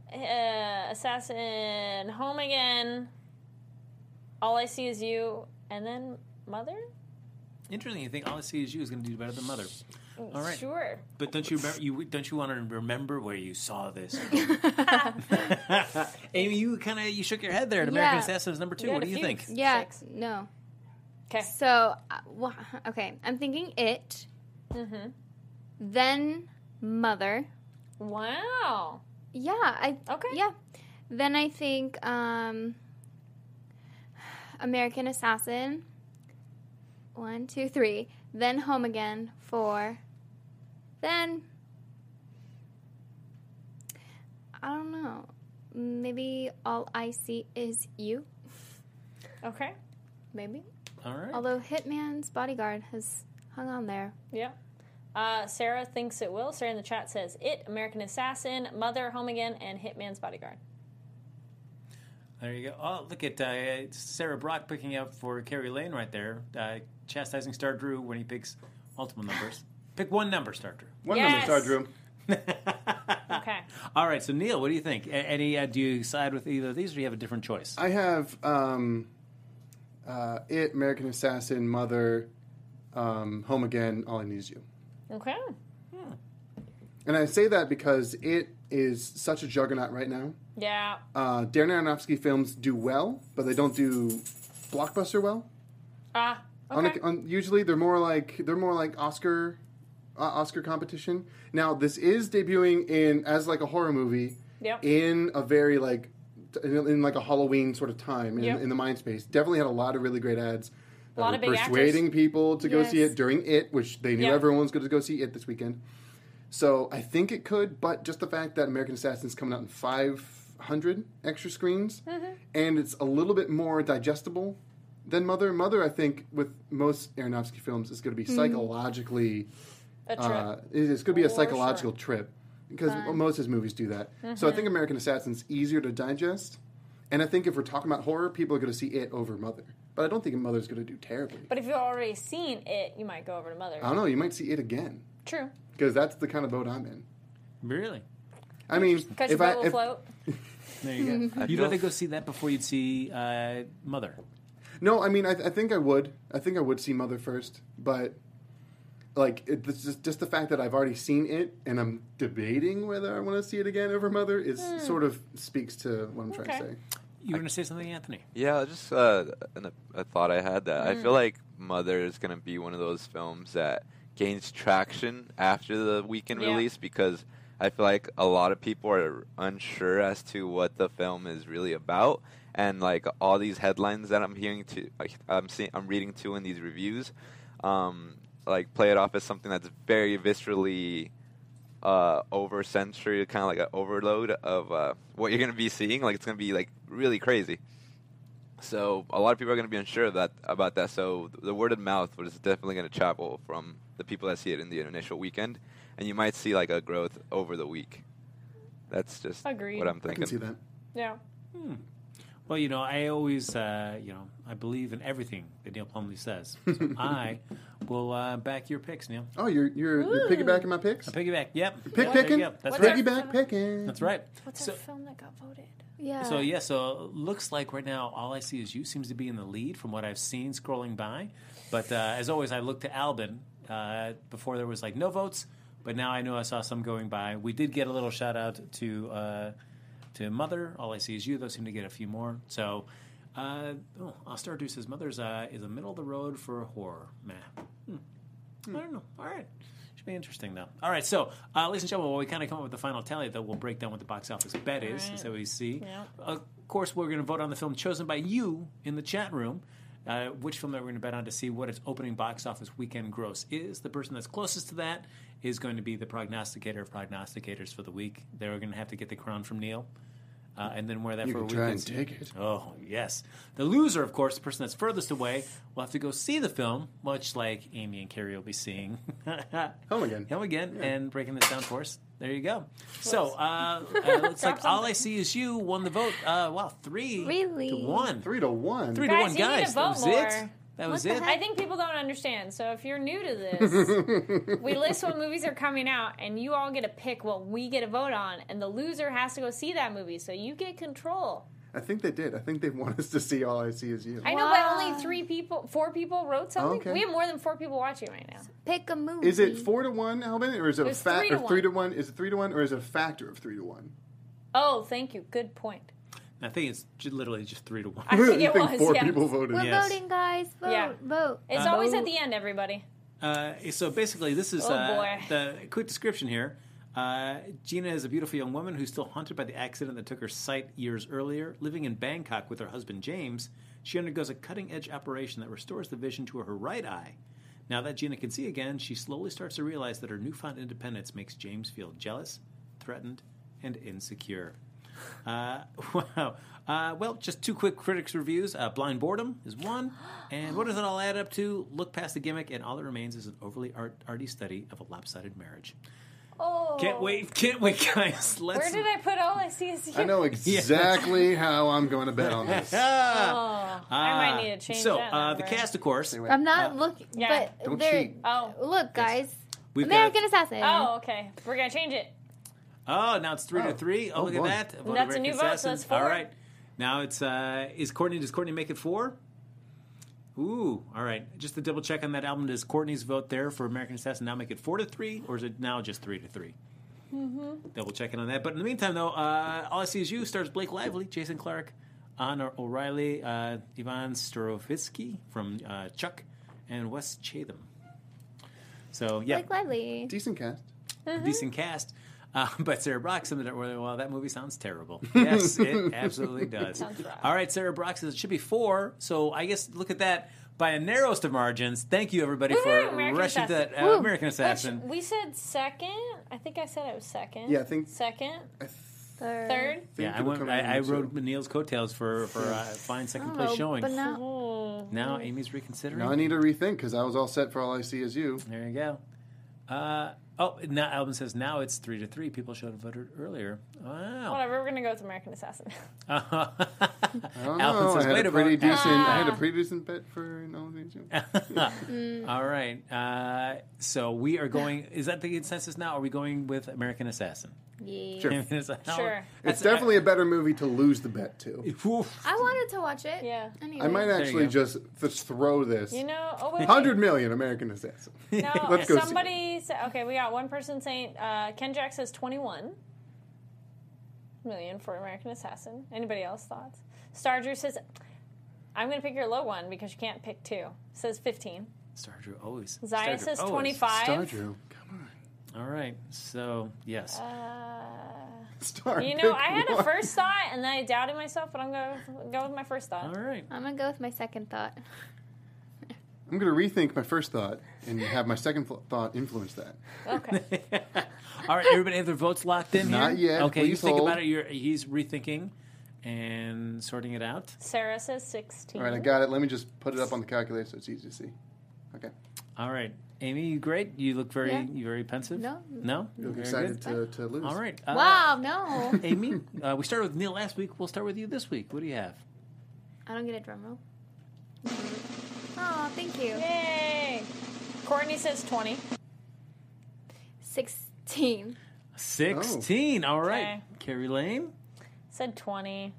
S3: uh, uh, assassin. Home again. All I see is you. And then mother.
S1: Interesting. You think all I see is you is going to do better than Mother.
S4: Mm,
S1: All right.
S3: Sure.
S1: But don't you remember? You don't you want to remember where you saw this? Amy, you kind of you shook your head there. at American
S4: Yeah.
S1: Assassin is number two.
S3: You
S1: What
S3: had
S1: do you
S3: a few.
S1: think?
S4: yeah.
S3: Six.
S4: No.
S3: Okay.
S4: So, uh, wha- okay, I'm thinking it.
S3: Mm-hmm.
S4: Then mother.
S3: Wow.
S4: Yeah. I
S3: Okay.
S4: Yeah. Then I think um, American Assassin. One, two, three. Then Home Again. Four. Then I don't know. Maybe all I see is you.
S3: Okay.
S4: Maybe.
S1: All right.
S4: Although Hitman's bodyguard has hung on there.
S3: Yeah. Uh, Sarah thinks it will. Sarah in the chat says it. American Assassin. Mother. Home again. And Hitman's Bodyguard.
S1: There you go. Oh, look at uh, Sarah Brock picking up for Carrie Lane right there. Uh, chastising Star Drew when he picks multiple numbers. Pick one number, Star Drew.
S5: One
S3: Yes.
S5: number star drew. Ah.
S3: Okay.
S1: All right. So Neil, what do you think? A- Any? Uh, do you side with either of these, or do you have a different choice?
S5: I have um, uh, it, American Assassin, Mother, um, Home Again, All I Need Is You.
S3: Okay.
S5: And I say that because it is such a juggernaut right now.
S3: Yeah.
S5: Uh, Darren Aronofsky films do well, but they don't do blockbuster well.
S3: Ah.
S5: On
S3: okay.
S5: a, on, usually, they're more like they're more like Oscar uh, Oscar competition. Now, this is debuting in as like a horror movie
S3: Yep.
S5: in a very like t- in, in like a Halloween sort of time in,
S3: Yep.
S5: in the mind space. Definitely had a lot of really great ads. A
S3: Lot of big actors.
S5: persuading people to go see
S4: Yes.
S5: it during it, which they knew
S3: Yep.
S5: everyone was going to go see it this weekend. So I think it could, but just the fact that American Assassin's coming out in five hundred extra screens,
S3: Mm-hmm.
S5: and it's a little bit more digestible than Mother. Mother, I think, with most Aronofsky films, is going to be psychologically.
S3: Mm-hmm. A trip.
S5: Uh, it- it's going to be a
S3: For
S5: psychological trip because most of his movies do that. So I
S3: Mm-hmm.
S5: think American Assassin's easier to digest. And I think if we're talking about horror, people are going to see it over Mother. But I don't think Mother's going to do terribly.
S3: but if you've already seen it, you might go over to Mother.
S5: I don't know. You might see it again
S3: True.
S5: because that's the kind of boat I'm in.
S1: Really?
S5: I mean,
S3: Because your
S5: if
S3: boat
S5: I
S3: will
S5: if,
S3: float.
S1: There you go. You'd
S6: feel-
S1: rather go see that before you'd see uh, Mother.
S5: no, I mean, I, I think I would. I think I would see Mother first, but like it, this just just the fact that I've already seen it and I'm debating whether I want to see it again over Mother is sort of speaks to what I'm trying to
S3: Hmm. Okay.
S5: say.
S1: You were going to say something, Anthony?
S6: Yeah, just uh, an, a thought I had that I feel like Mother is going to be one of those films that gains traction after the weekend
S3: Yeah.
S6: release because I feel like a lot of people are unsure as to what the film is really about, and like all these headlines that I'm hearing to, like, I'm seeing, I'm reading to in these reviews, um, like play it off as something that's very viscerally uh, over sensory, kind of like an overload of uh, what you're going to be seeing. Like it's going to be like really crazy. So a lot of people are going to be unsure of that about that. So the word of mouth was definitely going to travel from the people that see it in the initial weekend, and you might see like a growth over the week. That's just
S3: Agreed.
S6: what I'm
S5: I
S6: thinking.
S5: can see that.
S3: Yeah.
S1: Well, you know, I always, uh, you know, I believe in everything that Neil Plumley says. So I will uh, back your picks, Neil.
S5: Oh, you're you're, you're piggybacking my picks.
S1: Piggyback. Yep.
S5: Pick
S1: There you
S5: picking.
S1: go. That's
S3: What's
S1: right.
S3: our-
S5: Piggyback picking.
S1: That's right.
S3: What's
S1: So,
S3: that film that got voted?
S4: Yeah.
S1: so yeah. So looks like right now all I see is you seems to be in the lead from what I've seen scrolling by. But uh, as always, I looked to Albin uh, before there was like no votes. But now I know I saw some going by. We did get a little shout out to uh, to Mother. All I see is you. Those seem to get a few more. So. Uh, oh, Ostar Deuce says Mother's uh, is a middle of the road for horror. Meh. I don't know. All right. Hmm. Should be interesting, though. All right. So, uh, ladies and gentlemen, while we kind of come up with the final tally, though, we'll break down what the box office bet is,
S3: All right.
S1: so we see.
S3: Yeah.
S1: Of course, we're going to vote on the film chosen by you in the chat room. Uh, which film that we're going to bet on to see what its opening box office weekend gross is. The person that's closest to that is going to be the prognosticator of prognosticators for the week. They're going to have to get the crown from Neil uh, and then wear that
S5: You
S1: for a
S5: can
S1: week.
S5: try and take it.
S1: Oh, yes. The loser, of course, the person that's furthest away, will have to go see the film, much like Amy and Carrie will be seeing
S5: Home again.
S1: Him again and breaking this down for us. There you go. So, uh, uh, looks like All I See Is You won the vote. Uh, wow, three
S4: Really?
S1: to one.
S5: Three to one.
S1: Three
S3: Guys,
S1: to one,
S3: you need to
S1: guys. that
S3: vote
S1: was it.
S3: more.
S1: That was
S4: the
S1: it.
S4: heck?
S3: I think people don't understand. So if you're new to this, we list what movies are coming out, and you all get to pick what we get a vote on, and the loser has to go see that movie. So you get control.
S5: I think they did. I think they want us to see all I see is you.
S3: I know, but
S4: Wow.
S3: only three people, four people wrote something.
S5: Okay.
S3: We have more than four people watching right now.
S4: Pick a movie.
S5: Is it four to one, Alvin, or is it, a
S3: was
S5: fact
S3: three to
S5: or three
S3: one.
S5: to one? Is it three to one, or is it a factor of three to one?
S3: Oh, thank you. Good point.
S1: I think it's j- literally just three to one.
S3: I think
S5: you
S3: it
S5: think
S3: was.
S5: four
S3: yeah.
S5: people voted?
S4: We're
S1: Yes.
S4: voting, guys. Vote.
S3: Yeah.
S4: Vote.
S3: It's always
S1: oh.
S3: at the end, everybody.
S1: Uh, so basically, this is
S3: Oh,
S1: uh,
S3: boy.
S1: the quick description here. Uh, Gina is a beautiful young woman who's still haunted by the accident that took her sight years earlier. Living in Bangkok with her husband James, she undergoes a cutting edge operation that restores the vision to her right eye. Now that Gina can see again, she slowly starts to realize that her newfound independence makes James feel jealous, threatened, and insecure. Uh, wow. Uh, well, just two quick critics reviews. Uh, Blind Boredom is one. And what does it all add up to? Look past the gimmick, and all that remains is an overly art- arty study of a lopsided marriage.
S3: Oh,
S1: Can't wait, can't wait, guys.
S3: Where
S1: Let's.
S3: did I put all I see is you?
S5: I know exactly how I'm going to bet on this.
S1: Ah!
S3: Oh, I might need to change
S1: so,
S3: that.
S1: uh, the
S3: number.
S1: cast, of course.
S5: Anyway,
S4: I'm not looking.
S3: yeah.
S4: But
S5: Don't
S4: they're-
S5: cheat.
S3: Oh,
S4: Look, guys.
S1: We've
S4: American Assassin.
S3: oh, okay. We're gonna change it.
S1: got. Oh, now it's three to
S5: Oh.
S1: three. Oh,
S5: Oh,
S1: look
S5: boy.
S1: at that. Vote
S3: That's a
S1: American
S3: new vote, so
S1: Assassin.
S3: that's four.
S1: All right. Now it's. Uh, is Courtney. Does Courtney make it four? Ooh, all right. Just to double check on that album, does Courtney's vote there for American Assassin now make it four to three, or is it now just three to 3 Mm-hmm. Double checking on that. But in the meantime, though, uh, All I See Is You stars Blake Lively, Jason Clark, Anna O'Reilly, uh, Ivan Starovitsky from uh, Chuck, and Wes Chatham. So, yeah,
S4: Like Lively.
S5: Decent cast. Uh-huh.
S1: decent cast. Uh, but Sarah Brock summed it up really well. That movie sounds terrible. Yes, it absolutely does. All right, Sarah Brock says it should be four. So I guess look at that by a narrowest of margins. Thank you everybody for
S3: Woohoo, American
S1: rushing to
S3: Assassin.
S1: that uh, American
S3: Which
S1: Assassin.
S3: we said second. I think I said it was second.
S5: Yeah, I think- Uh,
S3: second.
S5: I
S4: Third.
S3: Third?
S1: Yeah, I
S5: people
S1: went.
S5: come in
S1: I, I
S5: and chill.
S1: rode Neil's coattails for for uh, fine second place
S4: Oh,
S1: showing.
S4: But now,
S3: Oh.
S1: Now Amy's reconsidering.
S5: Now I need to rethink because I was all set for all I see is you.
S1: There you go. Uh, oh, now Alvin says now it's three to three. People should have voted earlier. Wow.
S3: Whatever, we're going to go with American Assassin.
S5: I don't
S1: Alvin
S5: know.
S1: says,
S5: I had
S1: "Wait
S5: a
S1: a
S5: pretty
S1: minute." Ah.
S5: decent. I had a pretty decent bet for an all these.
S4: Mm.
S1: All right. Uh, so we are going. Is that the consensus now? Are we going with American Assassin?
S4: yeah.
S5: Sure.
S1: It's a-
S3: Sure.
S5: It's definitely a better movie to lose the bet to.
S1: Oof.
S4: I wanted to watch it.
S3: Yeah.
S4: Anyway.
S5: I might
S1: you
S5: actually
S1: go.
S5: just th- throw this.
S3: You know, oh, wait, wait.
S5: Hundred million American Assassin.
S3: No,
S5: Let's go see
S3: somebody said, okay, we got one person saying, uh, Ken Jack says 21 million for American Assassin. Anybody else thoughts? Star Drew says, I'm going to pick your low one because you can't pick two. Says 15.
S1: Star Drew always. Star
S3: Zaya
S1: Drew
S3: says
S1: always.
S3: 25.
S5: Star Drew.
S1: All right. So yes.
S4: Uh,
S5: Star.
S3: Uh, You know,
S5: pick
S3: I had a
S5: one.
S3: first thought and then I doubted myself, but I'm going to go with my first
S1: All
S3: thought.
S1: right.
S4: I'm gonna go with my second thought.
S5: I'm going to rethink my first thought and have my second fl- thought influence that.
S3: Okay.
S1: All right, everybody have their votes locked in here?
S5: Not yet.
S1: Okay, you
S5: Please
S1: think
S5: hold.
S1: about it. You're, he's rethinking and sorting it out.
S3: Sarah says 16.
S5: All right, I got it. Let me just put it up on the calculator so it's easy to see. Okay.
S1: All right, Amy, you great. You look very,
S4: Yeah.
S1: you very pensive.
S4: No.
S1: no,
S5: You look
S1: Very
S5: excited
S1: good.
S5: to, to lose.
S1: All right, uh,
S4: wow, no,
S1: Amy, uh, we started with Neil last week. We'll start with you this week. What do you have?
S4: I don't get a drum roll. Oh, thank you.
S3: Yay. Courtney says 20.
S4: Sixteen.
S1: Sixteen. All right,
S3: Oh. Okay.
S1: Carrie Lane.
S3: Said 20.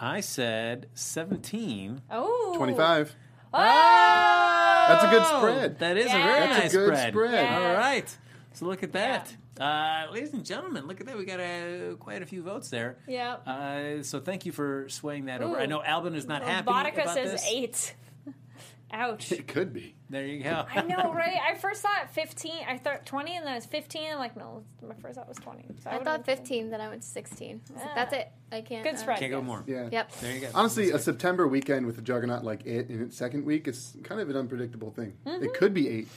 S1: I said seventeen.
S3: Oh.
S5: 25.
S1: Ah!
S3: Oh!
S5: That's a good spread.
S1: That is a
S3: Yeah.
S1: very
S3: That's
S5: a
S1: nice
S5: good
S1: spread.
S5: spread.
S3: Yeah.
S1: All right. So look at that. Uh, ladies and gentlemen, look at that. We got uh, quite a few votes there.
S3: Yep.
S1: Uh, so thank you for swaying that over.
S3: Ooh.
S1: I know Albin is not happy
S3: Vodka
S1: about
S3: says
S1: this.
S3: eight. Ouch.
S5: It could be.
S1: There you go.
S3: I know, right? I first thought 15. I thought 20 and then it was 15. I'm like, no, my first thought was 20. So
S4: I
S3: would've
S4: thought
S3: been-
S4: fifteen, then I went to sixteen. I was like,
S3: Ah.
S4: That's it. I can't.
S3: Good
S4: uh,
S3: spread.
S1: Can't go
S3: yes.
S1: more.
S5: Yeah.
S4: Yep.
S1: There you go.
S5: Honestly, a September weekend with a juggernaut like it in its second week is kind of an unpredictable thing. It could be 8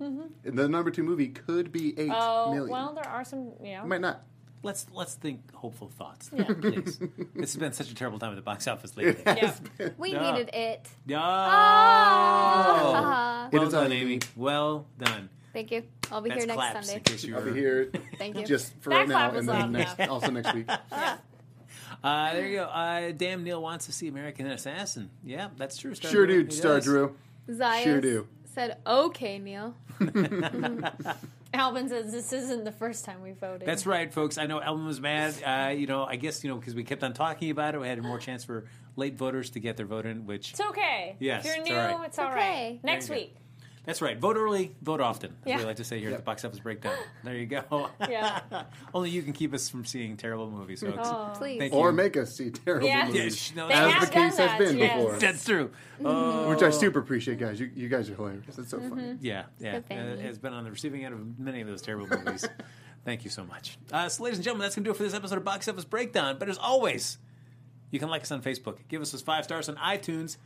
S5: And The number two movie could be eight million.
S3: Oh, well, there are some, you know.
S5: it might not.
S1: let's let's think hopeful thoughts, please. this has been such a terrible time at the box office lately.
S3: yeah.
S4: We
S1: Yeah.
S4: needed it.
S1: No.
S4: Ah.
S1: Well
S5: It is
S1: done,
S5: on
S1: Amy. Well done.
S4: Thank you. I'll be
S1: Oh. That's
S4: here next
S1: claps
S4: Sunday.
S1: in case you
S5: I'll be
S1: were.
S5: here
S4: Thank you.
S5: just for
S3: That
S5: right
S3: clap
S5: now
S3: was
S5: and then
S3: loud
S5: next,
S3: enough.
S5: also next week.
S3: Ah.
S1: Uh, there you go. Uh, damn, Neil wants to see American Assassin. Yeah, that's true. Star
S5: Sure,
S1: Drew.
S5: dude,
S1: He
S5: Star
S1: does.
S5: Drew.
S4: Zaya
S5: Sure do.
S4: said, "Okay, Neil."
S3: Albin says this isn't the first time we voted.
S1: That's right, folks. I know Ellen was mad. Uh, you know, I guess you know because we kept on talking about it, we had more chance for late voters to get their vote in. Which
S3: It's okay.
S1: Yes,
S3: If you're
S1: it's
S3: new,
S1: all right.
S3: it's all right.
S4: Okay.
S3: Next
S1: There you
S3: week.
S1: that's right. Vote early, vote often. As
S3: Yeah.
S1: we like to say here at
S5: Yep.
S1: the box office breakdown. There you go.
S3: Yeah.
S1: Only you can keep us from seeing terrible movies, folks.
S3: Oh.
S4: Please.
S1: Thank you.
S5: Or make us see terrible
S3: Yeah.
S1: Yeah,
S5: movies.
S1: sh- no,
S3: They Mm-hmm.
S1: that's-
S5: As
S3: have
S5: the
S3: done
S5: case has
S3: that,
S5: been
S3: yes.
S5: before.
S1: That's true. Oh,
S5: Which I super appreciate, guys. You, you guys are hilarious. That's
S3: Mm-hmm.
S5: so funny.
S1: yeah, yeah.
S4: Good
S1: Uh,
S4: thing.
S1: has been on the receiving end of many of those terrible movies. Thank you so much. Uh, so, ladies and gentlemen, that's going to do it for this episode of Box Office Breakdown. But as always, you can like us on Facebook, give us those five stars on iTunes,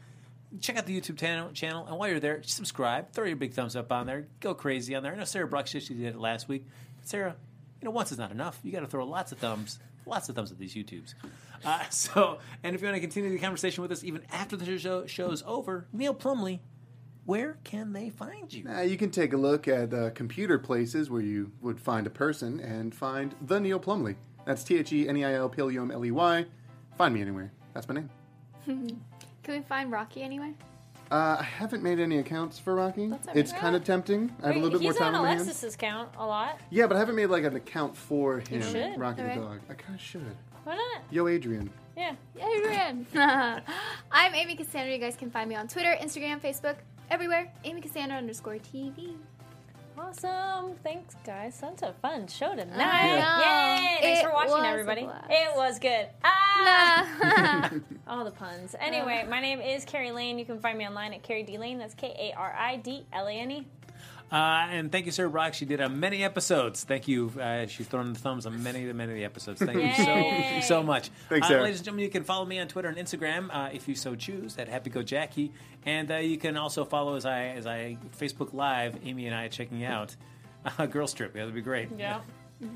S1: check out the YouTube channel, channel and while you're there, just subscribe, throw your big thumbs up on there, go crazy on there. I know Sarah Brock said she did it last week. But Sarah, you know, once is not enough. You got to throw lots of thumbs, lots of thumbs at these YouTubes. Uh, so, and if you want to continue the conversation with us even after the show show's over, Neil Plumley, where can they find you?
S5: Uh, you can take a look at uh, computer places where you would find a person and find the Neil Plumley. That's T H E N E I L P L U M L E Y. Find me anywhere. That's my name.
S4: Can we find Rocky anyway?
S5: Uh, I haven't made any accounts for Rocky.
S4: That's all right.
S5: It's kind of tempting. I have a little bit
S3: He's
S5: more
S3: on
S5: time on my hands.
S3: Alexis's count a lot.
S5: Yeah, but I haven't made like an account for him.
S3: should.
S5: Rocky
S4: All
S5: the
S4: right.
S5: dog. I kind of should.
S3: Why not?
S5: Yo, Adrian.
S3: Yeah.
S4: Adrian. I'm Amy Cassandra. You guys can find me on Twitter, Instagram, Facebook, everywhere. Amy Cassandra underscore TV.
S3: Awesome. Thanks, guys. That's a fun show tonight.
S4: know.
S3: Yay. Thanks
S4: It
S3: for watching,
S4: was a
S3: everybody.
S4: blast.
S3: It was good. Ah!
S4: Ah.
S3: All the puns. Anyway, my name is Carrie Lane. You can find me online at Carrie D Lane. That's K A R I D L A N E.
S1: Uh, and thank you, Sarah Brock. She did on many episodes. Thank you. Uh, she's thrown the thumbs on many, many of the episodes. Thank you
S3: Yay.
S1: so, so much.
S5: Thanks,
S1: uh,
S5: Sarah.
S1: Ladies and gentlemen, you can follow me on Twitter and Instagram uh, if you so choose at Happy Go Jackie, and uh, you can also follow as I as I Facebook Live. Amy and I are checking out uh, Girl Strip. That would be great.
S3: Yeah.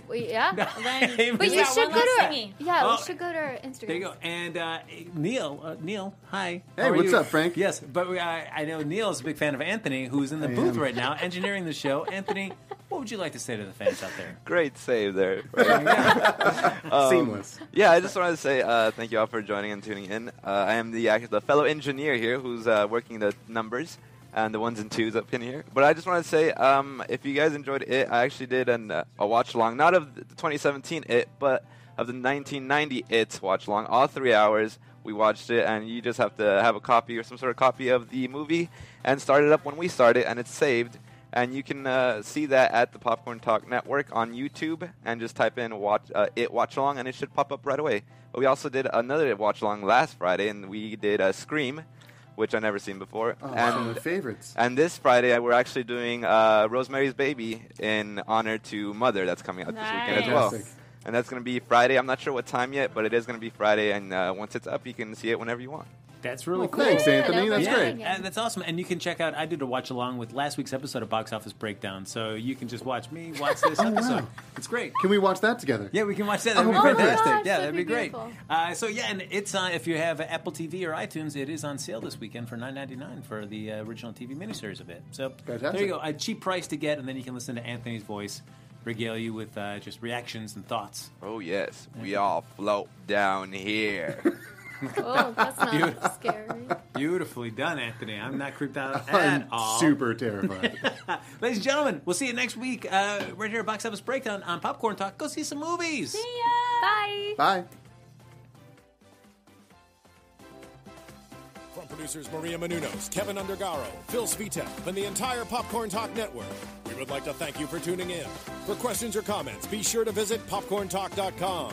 S4: We, yeah.
S3: Then
S1: Hey,
S4: But
S1: we
S4: you
S1: got
S4: should
S3: one
S4: go to
S3: last
S4: our,
S3: thingy.
S4: yeah.
S1: Oh.
S4: We should go to our Instagram.
S1: There you go. And uh, Neil, uh, Neil, hi.
S5: Hey,
S1: How are
S5: what's
S1: you?
S5: up, Frank?
S1: Yes, but we, I, I know Neil's a big fan of Anthony, who's in the
S5: I
S1: booth
S5: am.
S1: right now, engineering the show. Anthony, what would you like to say to the fans out there?
S6: Great save there.
S1: Um,
S5: Seamless.
S6: yeah, I just wanted to say uh, thank you all for joining and tuning in. Uh, I am the act- the fellow engineer here who's uh, working the numbers and the ones and twos up in here. But I just wanted to say um, if you guys enjoyed it, I actually did an, uh, a watch along, not of the 2017 it, but of the 1990 it's watch along. All three hours we watched it, and you just have to have a copy or some sort of copy of the movie and start it up when we start it, and it's saved. And you can uh, see that at the Popcorn Talk Network on YouTube, and just type in "watch uh, it watch along" and it should pop up right away. But we also did another watch along last Friday, and we did a Scream, which I never seen before.
S5: Oh,
S6: and
S5: one of my favorites.
S6: and this Friday uh, we're actually doing uh, Rosemary's Baby in honor to Mother, that's coming out this weekend as well.
S5: Fantastic.
S6: And that's going to be Friday. I'm not sure what time yet, but it is going to be Friday. And uh, once it's up, you can see it whenever you want.
S1: That's really
S5: Well,
S1: cool.
S5: thanks, Anthony.
S4: Yeah,
S5: That's
S1: yeah,
S5: great.
S1: and that's awesome. And you can check out, I did a watch along with last week's episode of Box Office Breakdown. So you can just watch me watch this
S5: Oh, wow.
S1: episode. It's great.
S5: Can we watch that together?
S1: Yeah, we can watch that. That'd be
S5: Oh my
S1: fantastic.
S4: gosh,
S1: yeah,
S4: that'd
S1: that'd be
S4: be
S1: great.
S4: beautiful.
S1: Uh, so yeah, and it's uh, if you have Apple TV or iTunes, it is on sale this weekend for nine ninety nine for the uh, original TV miniseries of it. So there
S5: Fantastic.
S1: you go, a cheap price to get, and then you can listen to Anthony's voice regale you with uh, just reactions and thoughts.
S6: Oh, yes. We all float down here.
S4: Oh, that's not
S1: Beautiful.
S4: scary.
S1: Beautifully done, Anthony. I'm not creeped out at
S5: I'm
S1: all.
S5: super terrified.
S1: Ladies and gentlemen, we'll see you next week uh, right here at Box Office Breakdown on Popcorn Talk. Go see some movies.
S4: Bye.
S5: Bye.
S2: From producers Maria Menunos, Kevin Undergaro, Phil Svitek, and the entire Popcorn Talk Network, we would like to thank you for tuning in. For questions or comments, be sure to visit popcorntalk.com.